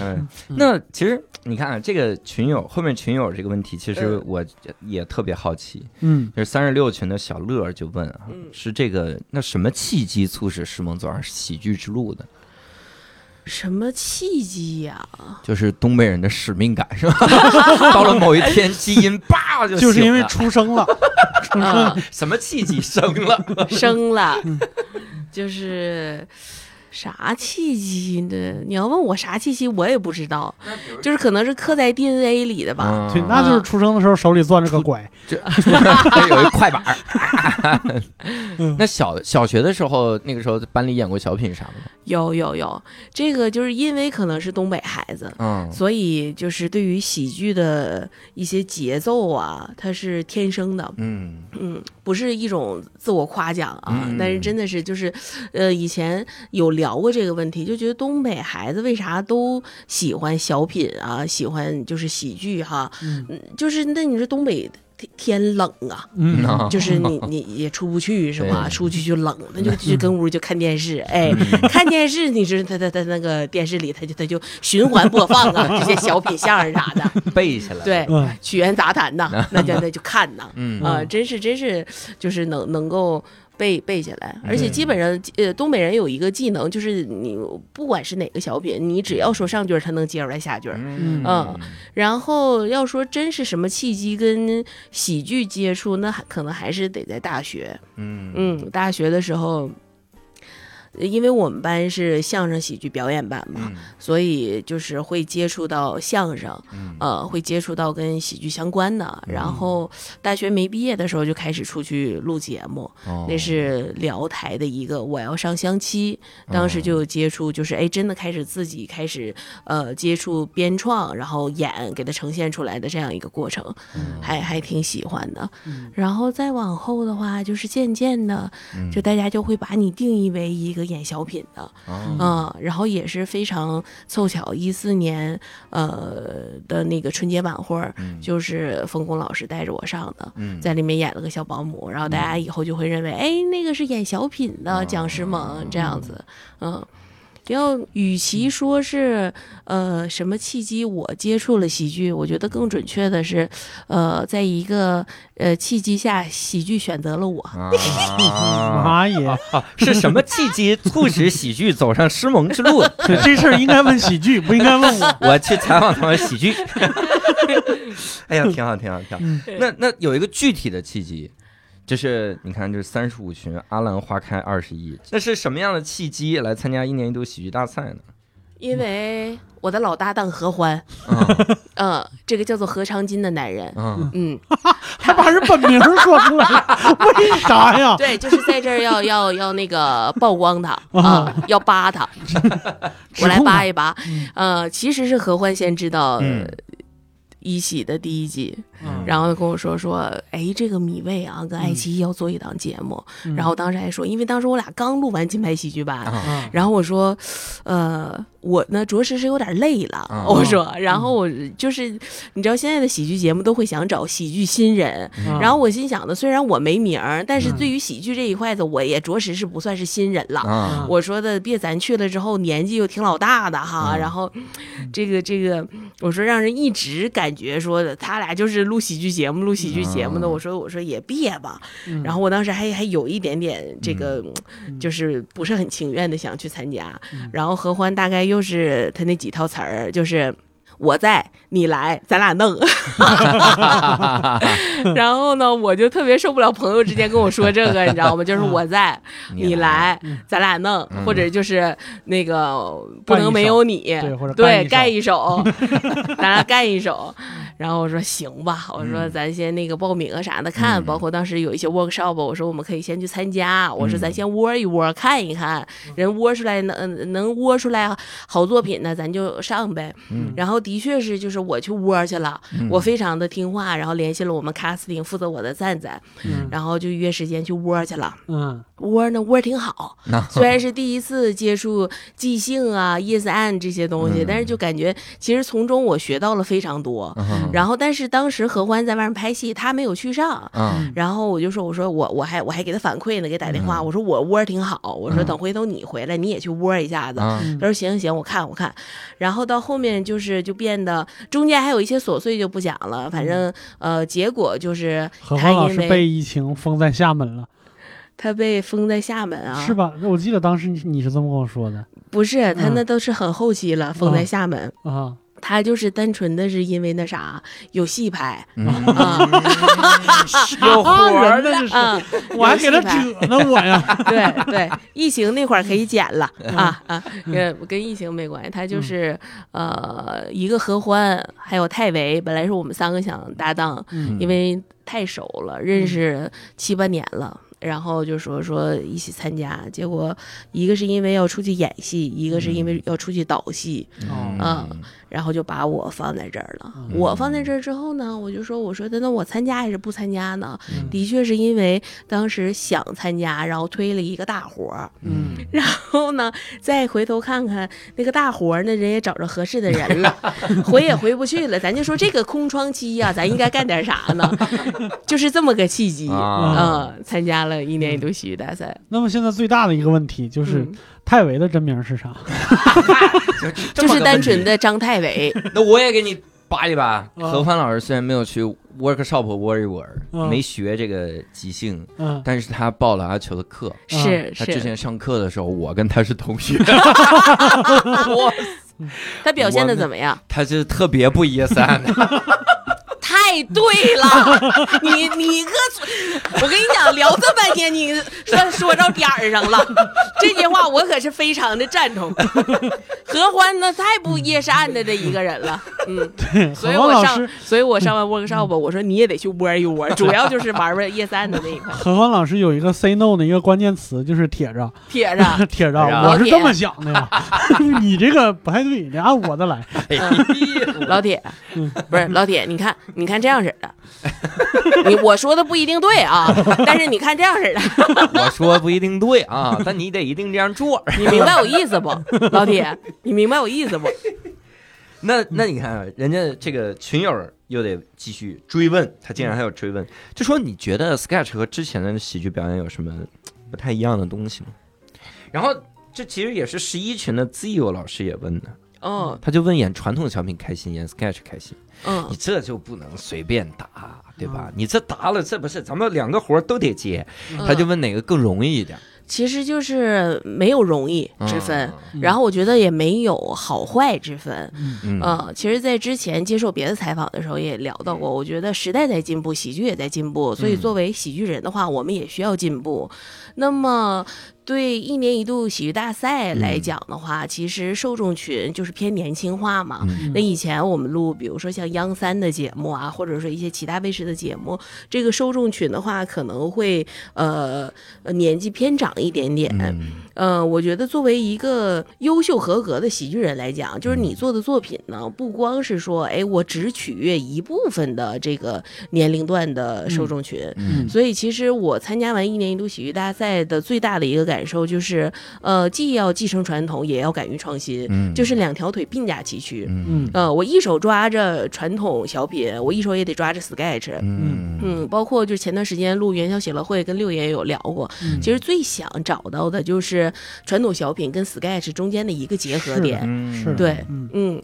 A: 嗯，那其实你看啊，这个群友后面群友这个问题，其实我也特别好奇。
C: 嗯，
A: 就是三十六群的小乐儿就问啊，
F: 嗯
A: 是这个那什么契机促使石萌走上喜剧之路的？
F: 什么契机呀、
A: 就是东北人的使命感是吧？ 到了某一天，基因叭就
C: 就是因为
A: 醒了
C: 出生 了，出生
F: 嗯，
A: 什么契机生了？
F: 生了，就是啥契机呢？你要问我啥契机，我也不知道，就是可能是刻在 DNA 里的
A: 啊
F: 吧。
A: 嗯
C: 对，那
F: 嗯
C: 就是出生的时候手里攥着个拐。
A: 哎有一快板儿。那小小学的时候，那个时候班里演过小品啥的吗？
F: 有有有，这个就是因为可能是东北孩子，
A: 嗯，
F: 所以就是对于喜剧的一些节奏啊，它是天生的。
A: 嗯
F: 嗯，不是一种自我夸奖啊，
A: 嗯
F: 但是真的是就是，呃，以前有聊过这个问题，就觉得东北孩子为啥都喜欢小品啊，喜欢就是喜剧哈、
C: 嗯
F: 嗯，就是那你说东北天天冷啊，
C: 嗯
A: 嗯
F: 就 是你你也出不去是吧？
A: 对嗯
F: 出去就冷，那就就跟屋就看电视，哎，看电视，你知道他他他那个电视里他就他就循环播放 啊这些小品相声啥的，
A: 背下来。，
F: 对，
C: 嗯
F: 曲苑杂谈呐，那就那就看呐。
A: 嗯
F: 啊，
C: 嗯
F: 真是真是就是能能够背背下来，而且
A: 嗯
F: 基本上呃，东北人有一个技能，就是你不管是哪个小品，你只要说上句儿，他能接出来下句儿。
A: 嗯
F: 嗯然后要说真是什么契机跟喜剧接触，那还可能还是得在大学。
A: 嗯
F: 嗯，大学的时候。呃因为我们班是相声喜剧表演班嘛，所以就是会接触到相声，
A: 嗯
F: 呃，会接触到跟喜剧相关的。然后大学没毕业的时候就开始出去录节目，
A: 哦
F: 那是辽台的一个《我要上相亲》，当时就有接触，就是哎，真的开始自己开始呃接触编创，然后演给它呈现出来的这样一个过程，还还挺喜欢的。然后再往后的话，就是渐渐的，就大家就会把你定义为一个演小品的，
A: 哦
F: 嗯，然后也是非常凑巧，一四年呃的那个春节晚会儿，就是冯巩老师带着我上的，嗯
A: 嗯
F: 在里面演了个小保姆，然后大家以后就会认为，哎，那个是演小品的蒋诗萌这样子，嗯。要与其说是呃什么契机我接触了喜剧，我觉得更准确的是，呃，在一个呃契机下，喜剧选择了我。
A: 嗯 啊，
C: 妈
F: 嗯
C: 耶！
A: 是什么契机促使喜剧走上师盟之 路？
C: 对，这事儿应该问喜剧，不应该问我。
A: 我去采访他们喜 剧。哎呀，挺好，挺好，挺好。
F: 嗯
A: 那那有一个具体的契机，就是你看，这三十五群阿兰花开二十一，那是什么样的契机来参加一年一度喜剧大赛呢？
F: 因为我的老搭档何欢，
A: 啊
F: 嗯，这个叫做何长今的男人，
A: 啊
F: 嗯，
C: 还把人本名说出来，为 啥呀？
F: 对，就是在这儿要要要那个曝光他啊，要 扒他，我来扒一扒。呃，其实是何欢先知道
A: 嗯
F: 一喜的第一季，
C: 嗯
F: 然后跟我说说，哎，这个米未啊，
A: 嗯
F: 跟爱奇艺要做一
C: 嗯嗯
F: 档节目。然后当时还说，因为当时我俩刚录完金牌喜剧版，
A: 啊！
F: 然后我说，呃，我呢着实是有点累了，
A: 啊嗯
F: 我说，然后我就是你知道现在的喜剧节目都会想找喜剧新人，
C: 啊
F: 嗯然后我心想呢，虽然我没名儿，但是
C: 嗯
F: 对于喜剧这一块子，我也着实是不算是新人了。
C: 嗯
A: 啊，
F: 我说的，别咱去了之后年纪又挺老大的哈，
A: 嗯
F: 然后这个这个，我说让人一直感觉说的他俩就是录喜剧节目录喜剧节目的，
A: 嗯
F: 我说我说也别吧，
C: 嗯
F: 然后我当时还还有一点点这个，
C: 嗯
F: 就是不是很情愿的想去参加。
C: 嗯
F: 然后合欢大概又是他那几套词儿，就是。我在，你来，咱 俩弄。然后呢，我就特别受不了朋友之间跟我说这个，你知道吗？就是我在，你来
C: 嗯，
F: 咱俩弄，
A: 嗯
F: 或者就是那个不
C: 干一
F: 能没
C: 首
F: 有你，
C: 对或者
F: 对，
C: 干
F: 干
C: 一嗯
F: 一首， 咱俩干一首。然后我说行吧，我说咱先那个报名啊啥的看，
A: 嗯
F: 包括当时有一些 workshop，我说我们可以先去参加，我说
A: 嗯
F: 咱先窝一窝看一看，
C: 嗯
F: 人窝出来能呃能窝出来好作品呢，咱就上呗。
A: 嗯
F: 然后的确是就是我去窝去了，
A: 嗯
F: 我非常的听话，然后联系了我们 casting 负责我的赞赞，
C: 嗯
F: 然后就约时间去窝去了。
C: 嗯
F: 窝呢窝挺 好，
A: 那
F: 虽然是第一次接触即兴啊、yes and 这些东西，
A: 嗯
F: 但是就感觉其实从中我学到了非常多。
A: 嗯
F: 然后，但是当时何欢在外面拍戏，他没有去
C: 嗯
F: 上。
A: 啊
F: 然后我就说，我说我我还我还给他反馈呢，给打电话，
A: 嗯
F: 我说我窝挺好，我说
A: 嗯
F: 等回头你回来你也去窝一下子。
A: 啊
C: 嗯
F: 他说行行行，我看我看，然后到后面就是就变得中间还有一些琐碎就不讲了，反正呃结果就是
C: 嗯何
F: 他
C: 欢老
F: 因
C: 师
F: 为
C: 被疫情封在厦门了，
F: 他被封在厦门啊，
C: 是吧？我记得当时你你是这么跟我说的
F: 不是，他
C: 嗯
F: 那都是很后期了，封在厦门。
C: 啊，
F: 他就是单纯的是因为那啥有戏 拍
A: 嗯
F: 啊，
C: 有活儿呢，这是，
F: 嗯，
C: 我还给他
F: 有戏
C: 扯
F: 拍
C: 呢，我 呀，
F: 对对，疫情那会儿可以减了
C: 嗯
F: 啊啊，跟跟疫情没关系，他就是呃一个合欢，还有泰维，本来是我们三个想搭档，
C: 嗯
F: 因为太熟了，认识七八年了。然后就说说一起参加，结果一个是因为要出去演戏，一个是因
C: 嗯
F: 为要出去导戏，
A: 啊
F: 然后就把我放在这儿了。
A: 嗯
F: 我放在这儿之后呢，我就说，我说那我参加还是不参加呢？
C: 嗯
F: 的确是因为当时想参加，然后推了一个大活儿，
C: 嗯
F: 然后呢，再回头看看那个大活儿呢，人也找着合适 的人了，回也回不去了。咱就说这个空窗期呀、咱应该干点啥呢？就是这么个契机。
A: 啊
F: 嗯，参加了一年一度喜剧大赛，
C: 那么现在最大的一个问题就是
F: 嗯
C: 泰维的真名是啥？
F: 就是单纯的张太伟，
A: 那我也给你扒一扒。
C: 嗯
A: 何帆老师虽然没有去 workshop 窝一窝，
C: 嗯
A: 没学这个即兴，
C: 嗯，
A: 但是他报了阿球的课。
F: 是
A: 啊他之
F: 是，
A: 前上课的时候，我跟他是同学， 哇，
F: 他表现的
A: 我
F: 怎么样？
A: 他是特别不一三的，
F: 太对了， 你你个嘴，我跟你讲，聊这半天，你说说到点儿上了，这句话我可是非常的赞同。 何欢那太不夜是暗的的一个人了，嗯，所
C: 何
F: 以
C: 欢
F: 我
C: 老
F: 上
C: 师，，
F: 所以我上完 workshop，我说你也得去窝一窝，主要就是玩玩夜三的那一块，
C: 何欢老师有一个 say no 的一个关键词就是铁着，。
F: 撇着
C: 铁着，
F: 哎
A: 铁着
C: 我是这么想的呀， 你这个不太对，得按我的来，
A: 哎呀
F: 老铁
C: 嗯，
F: 不是老铁，你看，你看这样式的，你我说的不一定对啊，但是你看这样式的，
A: 我说不一定对啊，但你得一定这样做。
F: 你明白我意思不？老铁，你明白我意思不？
A: 那那你看啊，人家这个群友又得继续追问，他竟然还有追问，就说你觉得 sketch 和之前的喜剧表演有什么不太一样的东西吗？然后这其实也是十一群的 Zio 老师也问的，
F: 嗯
A: 他就问演传统小品开心，演 sketch 开心，
F: 嗯
A: 你，这就不能随便答，对吧？你这答了，这不是咱们两个活儿都得接，他就
F: 嗯
A: 问哪个更容易一点
F: 其实就是没有容易之分，，
C: 嗯
F: 然后我觉得也没有好坏之分。
A: 嗯
F: 嗯，其实，在之前接受别的采访的时候也聊到过，我觉得时代在进步，喜剧也在进步，所以
A: 嗯
F: 作为喜剧人的话，我们也需要进步。那么，对一年一度喜剧大赛来
A: 嗯
F: 讲的话，其实受众群就是偏年轻化嘛。
A: 嗯
F: 那以前我们录，比如说像央三的节目啊，或者说一些其他卫视的节目，这个受众群的话，可能会呃呃年纪偏长一点点。
A: 嗯
F: 呃，我觉得作为一个优秀合格的喜剧人来讲，就是
A: 嗯
F: 你做的作品呢，不光是说，哎，我只取悦一部分的这个年龄段的受众群。
A: 嗯
F: 所以，其实我参加完一年一度喜剧大赛的最大的一个感受就是，呃，既要继承传统，也要敢于创新，
A: 嗯，
F: 就是两条腿并驾齐驱。
A: 嗯
C: 嗯
F: 呃，我一手抓着传统小品，我一手也得抓着 sketch。
A: 嗯
F: 嗯，包括就是前段时间录元宵写乐会，跟六爷也有聊过。
C: 嗯
F: 其实最想找到的就是传统小品跟 sketch 中间的一个结合点。
A: 嗯
C: 是的
F: 对，
C: 嗯
F: 嗯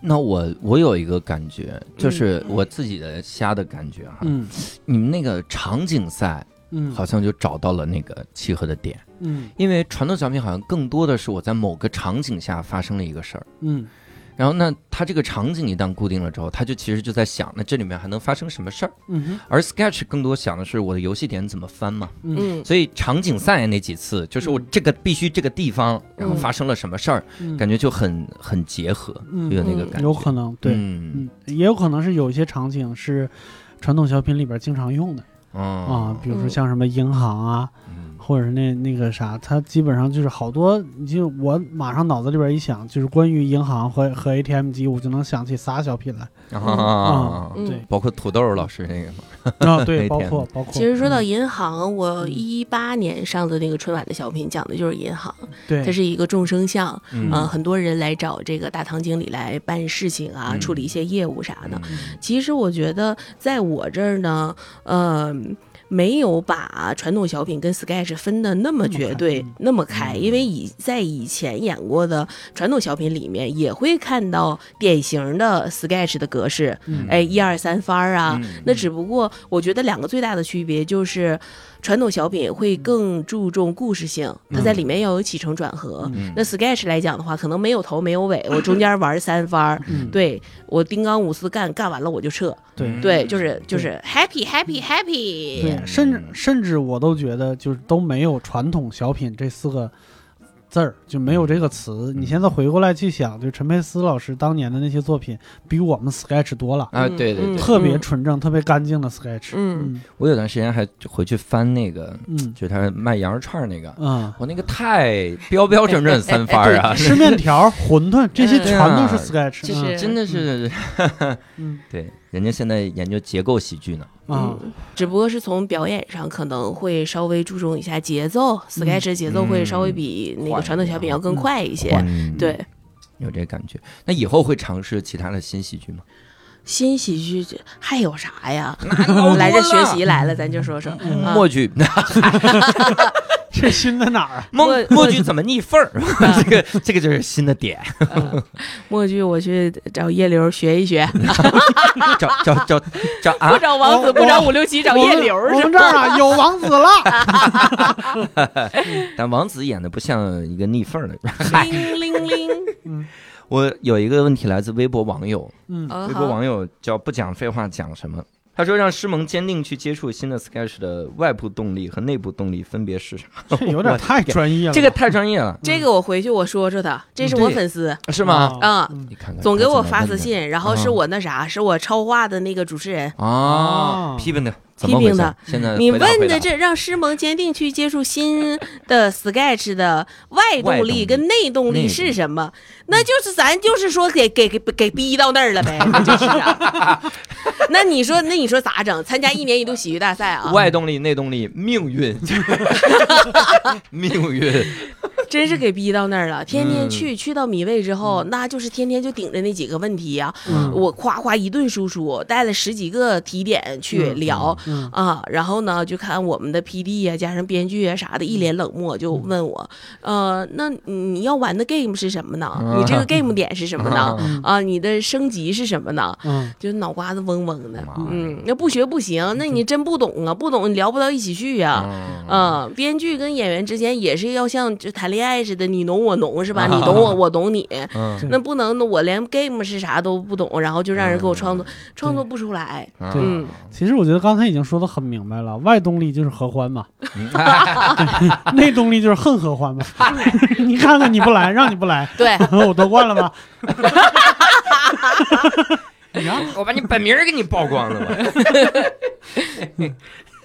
A: 那我我有一个感觉，就是我自己的瞎的感觉哈。
C: 嗯
A: 你们那个场景赛
C: 嗯
A: 好像就找到了那个契合的点，
C: 嗯
A: 因为传统小品好像更多的是我在某个场景下发生了一个事儿，
C: 嗯
A: 然后那它这个场景一旦固定了之后，它就其实就在想，那这里面还能发生什么事儿？
C: 嗯
A: 而 sketch 更多想的是我的游戏点怎么翻嘛。
C: 嗯
F: 嗯
A: 所以场景赛那几次，就是我这个必须这个地方，然后发生了什么事儿，
C: 嗯，
A: 感觉就很很结合，
C: 嗯
A: 有那个感觉。
C: 有可能对，
A: 嗯
C: 嗯，也有可能是有一些场景是传统小品里边经常用的啊
A: 啊，
C: 比如
F: 嗯
C: 说像什么银行啊，
A: 嗯
C: 或者是那那个啥，它基本上就是好多，你就我马上脑子里边一想，就是关于银行和和 ATM 机，我就能想起仨小品来。
A: 啊，
F: 嗯。
C: 对
A: 包括土豆老师那个嘛，
C: 啊，
A: 那
C: 对，包
A: 天
C: 括包括，
F: 其实说到
C: 嗯
F: 银行，我
C: 嗯
F: 一八年上的那个春晚的小品讲的就是银行，它
C: 对，
F: 是一个众生相，
A: 嗯
F: 呃，很多人来找这个大堂经理来办事情啊，
A: 嗯
F: 处理一些业务啥的。其实我觉得，在我这儿呢，呃，没有把传统小品跟 sketch 分的那么绝对、那么开，因为以在以前演过的传统小品里面，也会看到典型的 sketch 的格式，
C: 嗯
F: 哎，一二三番儿啊。
A: 嗯
F: 那只不过，我觉得两个最大的区别就是，传统小品会更注重故事性，它在里面要有起承转合。
A: 嗯
F: 那 sketch 来讲的话，可能没有头没有尾，我中间玩三番儿，
C: 嗯
F: 对我丁刚五四干干完了我就撤，
C: 对
F: 对，就是就是 happy happy
C: 嗯
F: happy，
C: 对，甚至甚至我都觉得就是都没有传统小品这四个字儿，就没有这
F: 嗯
C: 个词。你现在回过来去想，就陈佩斯老师当年的那些作品，比我们 sketch 多了，
A: 啊，对对
F: 嗯
A: 对，
C: 特别纯正、特别干净的 sketch。
F: 嗯
A: 我有段时间还回去翻那个，
C: 嗯
A: 就是他卖羊肉串那个，
C: 嗯，
A: 我那个太标标准准三番儿
F: 哎
A: 啊，
C: 吃面条、馄饨这些全都是
A: 嗯
C: sketch，
F: 啊就
C: 嗯
F: 是
A: 真的是
C: 嗯
A: 对，人家现在研究结构喜剧呢，
C: 啊，
F: 嗯，只不过是从表演上可能会稍微注重一下节奏，sketch
C: 嗯
F: 的节奏会稍微比那个传统小品要更快一些，
A: 嗯，
F: 对。
A: 有这感觉。那以后会尝试其他的新喜剧吗？
F: 新喜剧还有啥呀？
C: 嗯
A: 多
F: 来这
A: 了
F: 学习来了，咱就说说。啊
A: 默剧，
C: 这新在哪儿啊？
A: 默
F: 默啊
A: 默剧怎么逆缝儿？这个这个就是新的 点，
F: 嗯默剧，我去找叶刘学一
C: 啊
F: 学，
A: 找找找找啊
F: 不！找王子，
C: 我
F: 不找五六七，找叶刘
C: 哦我们我
F: 是
C: 们
F: 吧
C: 这？儿啊有王子 了，
A: 但王子演的不像一个逆缝儿的。
F: 铃铃铃，
A: 我有一个问题来自微博网友，
C: 嗯
F: 哦
A: 微博
F: 好，
A: 网友叫不讲废话讲什么？他说让师萌坚定去接触新的 Sketch 的外部动力和内部动力分别是啥？
C: 这有点 太专业了，
A: 这个太专业了，
F: 这个我回去我说说他，这是我粉丝
A: 是吗？
F: 啊，
C: 嗯
A: 你看看，
F: 总给我
A: 他怎么
F: 发
A: 问
F: 私
A: 的
F: 信，然后是我那啥，是我超话的那个主持人。
A: 啊
C: 啊，
A: 批评的，怎
F: 批
A: 么回
F: 评
A: 事
F: 的？
A: 现在
F: 你
A: 回答
F: 问
A: 回
F: 的
A: 答
F: 这让师萌坚定去接触新的 Sketch 的外动力跟内动力是什么？那就是咱就是说给给给给逼到那儿了呗，那就是啊。那你说那你说咋整？参加一年一度喜剧大赛啊，
A: 外动力、内动力、命运， 命运，
F: 真是给逼到那儿了。天天
A: 嗯
F: 去，去到米未之后，那就是天天就顶着那几个问题呀、啊
C: 嗯
F: 我夸夸一顿输出，带了十几个提点去聊、
C: 嗯
F: 啊，然后呢，就看我们的 P D 呀、加上编剧啊啥的，一脸冷漠，就
A: 嗯
F: 问我，呃，那你要玩的 game 是什么呢？
A: 啊
F: 你这个 game 点是什么呢？
A: 啊
F: 啊，你的升级是什么呢？
C: 嗯
F: 就脑瓜子嗡嗡的
A: 妈，呀嗯
F: 嗯，那不学不行，那你真不懂啊，不懂你聊不到一起去呀、啊、编剧跟演员之间也是要像就谈恋爱似的，你侬我侬是吧？你懂 我，我懂你。
A: 啊嗯，
F: 那不能，那我连 game 是啥都不懂，然后就让人给我创作，
A: 嗯
F: 创作不出来。
A: 啊
C: 对
F: 嗯，
C: 其实我觉得刚才已经说的很明白了，外动力就是合欢 嘛，
A: 嗯哎
C: 内动力就是恨合欢嘛。你看看你不来，让你不来，
F: 对
C: 我夺冠了吗？
A: 我把你本名儿给你曝光了吧？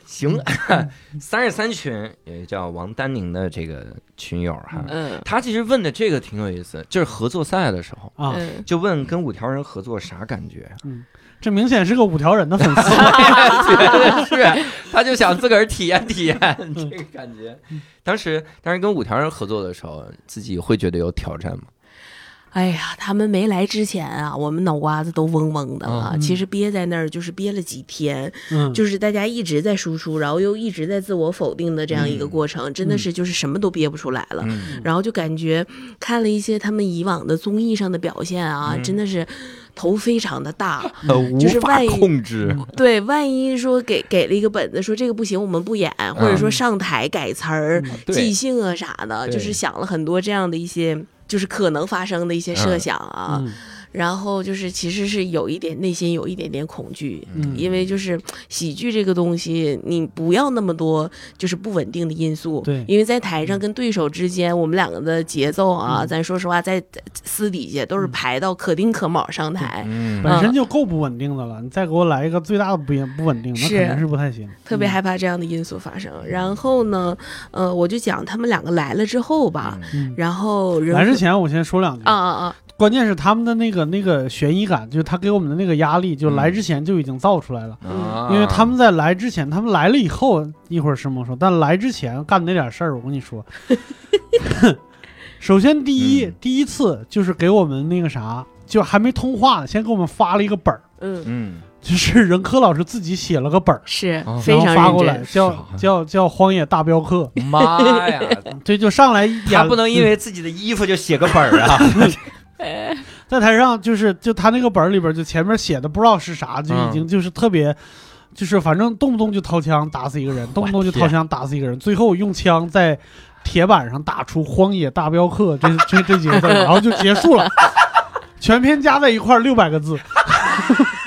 A: 行， 三十三群也叫王丹宁的这个群友哈，
F: 嗯
A: 他其实问的这个挺有意思，就是合作赛的时候，
C: 啊，
F: 嗯，
A: 就问跟五条人合作啥感觉，
C: 这明显是个五条人的粉丝
A: 是，他就想自个儿体验体验这个感觉。当时，当时跟五条人合作的时候，自己会觉得有挑战吗？
F: 哎呀，他们没来之前啊，我们脑瓜子都嗡嗡的了。
C: 嗯
F: 其实憋在那儿就是憋了几天，
C: 嗯，
F: 就是大家一直在输出，然后又一直在自我否定的这样一个
A: 嗯
F: 过程，真的是就是什么都憋不出来了。
A: 嗯
F: 然后就感觉看了一些他们以往的综艺上的表现啊，
A: 嗯
F: 真的是头非常的大。
A: 呃，无
F: 就是
A: 法
F: 万一
A: 控制。
F: 对，万一说给给了一个本子，说这个不行，我们不演，或者说上台改词儿、
C: 嗯
A: 嗯对
F: 即兴啊啥的，
A: 对
F: 就是想了很多这样的一些。就是可能发生的一些设想啊，
C: 嗯
F: 然后就是其实是有一点内心有一点点恐惧，
C: 嗯
F: 因为就是喜剧这个东西，你不要那么多就是不稳定的因素。
C: 对
F: 因为在台上跟对手之间，我们两个的节奏啊，
C: 嗯
F: 咱说实话，在私底下都是排到可丁可卯上台，
A: 嗯
C: 本身就够不稳定的了，你再给我来一个最大的不不稳定，那
F: 是
C: 肯定是不太行。
F: 特别
C: 嗯
F: 害怕这样的因素发生。然后呢，呃，我就讲他们两个来了之后吧，
C: 嗯
F: 然后人
C: 来之前我先说两句
F: 啊，啊啊，
C: 关键是他们的那个那个悬疑感，就是他给我们的那个压力，就
F: 嗯
C: 来之前就已经造出来了。
A: 啊
C: 因为他们在来之前，他们来了以后，一会儿师梦说，但来之前干那点事儿，我跟你说， 首先第一、
A: 嗯
C: 第一次就是给我们那个啥，就还没通话呢，先给我们发了一个本儿，
F: 嗯，
A: 嗯，
C: 就是任科老师自己写了个本儿，
F: 是
A: 哦
F: 非
C: 然后发
F: 常
C: 过
F: 认
C: 来，
F: 真。
C: 叫
A: 是啊
C: 叫叫《荒野大镖客
A: 妈 呀，》，
C: 对，就上来
A: 他
C: 演
A: 不能因为自己的衣服就写个本儿 啊，
C: 在台上就是就他那个本儿里边儿就前面写的不知道是啥，就已经就是特别。就是反正动不动就掏枪打死一个人，动不动就掏枪打死一个人，最后用枪在铁板上打出“荒野大镖客”这这这几个字儿，然后就结束了。 全篇加在一块儿六百个字，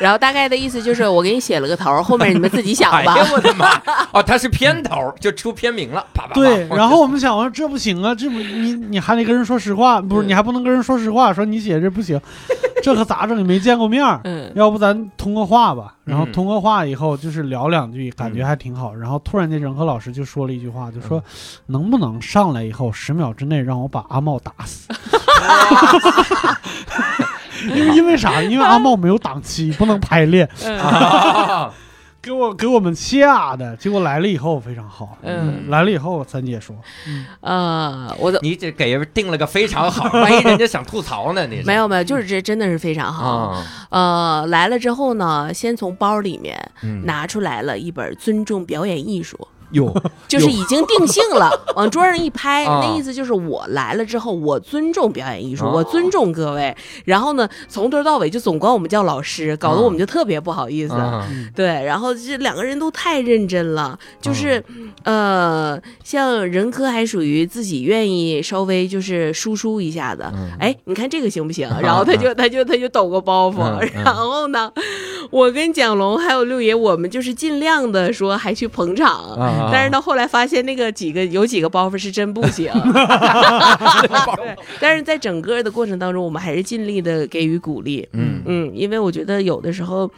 F: 然后大概的意思就是，我给你写了个头儿，后面你们自 己想
A: 哎
F: 吧。
A: 呀，我的妈！哦，他是片头就出片名了，啪啪啪。
C: 对。然后我们想，我说这不行啊，这不你你还得跟人说实话，不是
F: 嗯
C: 你还不能跟人说实话，说你写这不行，这可咋整？你没见过面儿，
F: 嗯，
C: 要不咱通个话吧，然后
A: 嗯
C: 通个话以后就是聊两句，感觉还挺好。然后突然间任和老师就说了一句话，就说、
A: 嗯
C: 能不能上来以后十秒之内让我把阿茂打死？ 因为因为啥？因为阿茂没有档期，不能排练，
F: 嗯
A: 啊
C: 给我给我们吓的。结果来了以后非常好，
F: 嗯
C: 来了以后三姐说
F: 啊，我的
A: 你这给人定了个非常 好，万一人家想吐槽呢？你
F: 没有没有，就是这真的是非常好。
A: 啊？
F: 呃，来了之后呢，先从包里面
A: 嗯
F: 拿出来了一本《尊重表演艺术》。
A: 哟，
F: 就是已经定性 了，往桌上一拍，
A: 啊
F: 那意思就是我来了之后，我尊重表演艺术，
A: 哦
F: 我尊重各位。然后呢，从头到尾就总管我们叫老师，搞得
A: 啊
F: 我们就特别不好意思。
A: 啊
F: 对，然后这两个人都太认真了，
A: 啊
F: 就是，呃，像任科还属于自己愿意稍微就是输出一下的，
A: 嗯
F: 哎，你看这个行不行？然后他就他就他就抖个包袱，
A: 嗯嗯
F: 然后呢，我跟蒋龙还有六爷，我们就是尽量的说还去捧场，
A: 啊
F: 但是到后来发现那个几个有几个包袱是真不 行，
A: 啊
F: 对，但是在整个的过程当中，我们还是尽力的给予鼓励，
A: 嗯
F: 嗯，因为我觉得有的时候，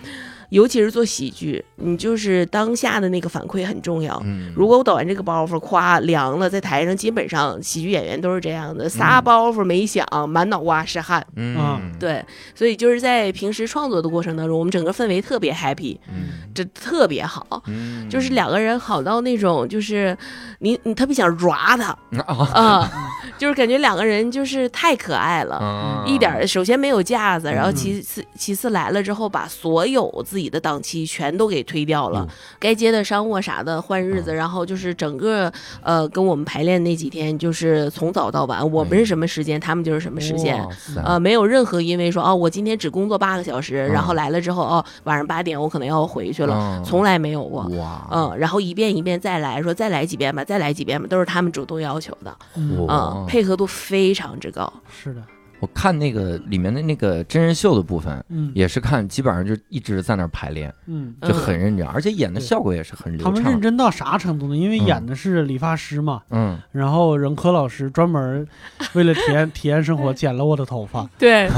F: 尤其是做喜剧，你就是当下的那个反馈很重要。
A: 嗯
F: 如果我抖完这个包袱，夸凉了，在台上基本上喜剧演员都是这样的，仨包袱没响，满脑瓜是汗。
A: 嗯
C: 嗯
F: 对，所以就是在平时创作的过程当中，我们整个氛围特别 happy，
A: 嗯
F: 这特别好，
A: 嗯
F: 就是两个人好到那种，就是你你特别想抓他
A: 啊
F: 啊、 就是感觉两个人就是太可爱了。
A: 啊
F: 嗯一点儿，首先没有架子，然后
C: 嗯
F: 其次其次来了之后，把所有自己的档期全都给推掉了，该接的商务啊啥的换日子，然后就是整个呃跟我们排练那几天，就是从早到晚，我们是什么时间，他们就是什么时间。
A: 哇塞
F: 呃，没有任何因为说哦，我今天只工作八个小时，
A: 嗯
F: 然后来了之后哦，晚上八点我可能要回去了，
A: 嗯
F: 从来没有过。
A: 哇
F: 嗯，然后一遍一遍再来说，再来几遍吧，再来几遍吧，都是他们主动要求的，
C: 嗯，
A: 哇
F: 嗯，配合度非常之高。
C: 是的，
A: 我看那个里面的那个真人秀的部分。
C: 嗯
A: 也是看，基本上就一直在那儿排练，
C: 嗯。
A: 就很认真，而且演的
C: 对
A: 效果也是很
C: 他
A: 流
C: 们认
A: 畅。
C: 真到啥程度呢？因为
A: 嗯
C: 演的是理发师嘛，
A: 嗯，
C: 然后任科老师专门为了体验 体验生活剪了我的头发，
F: 对，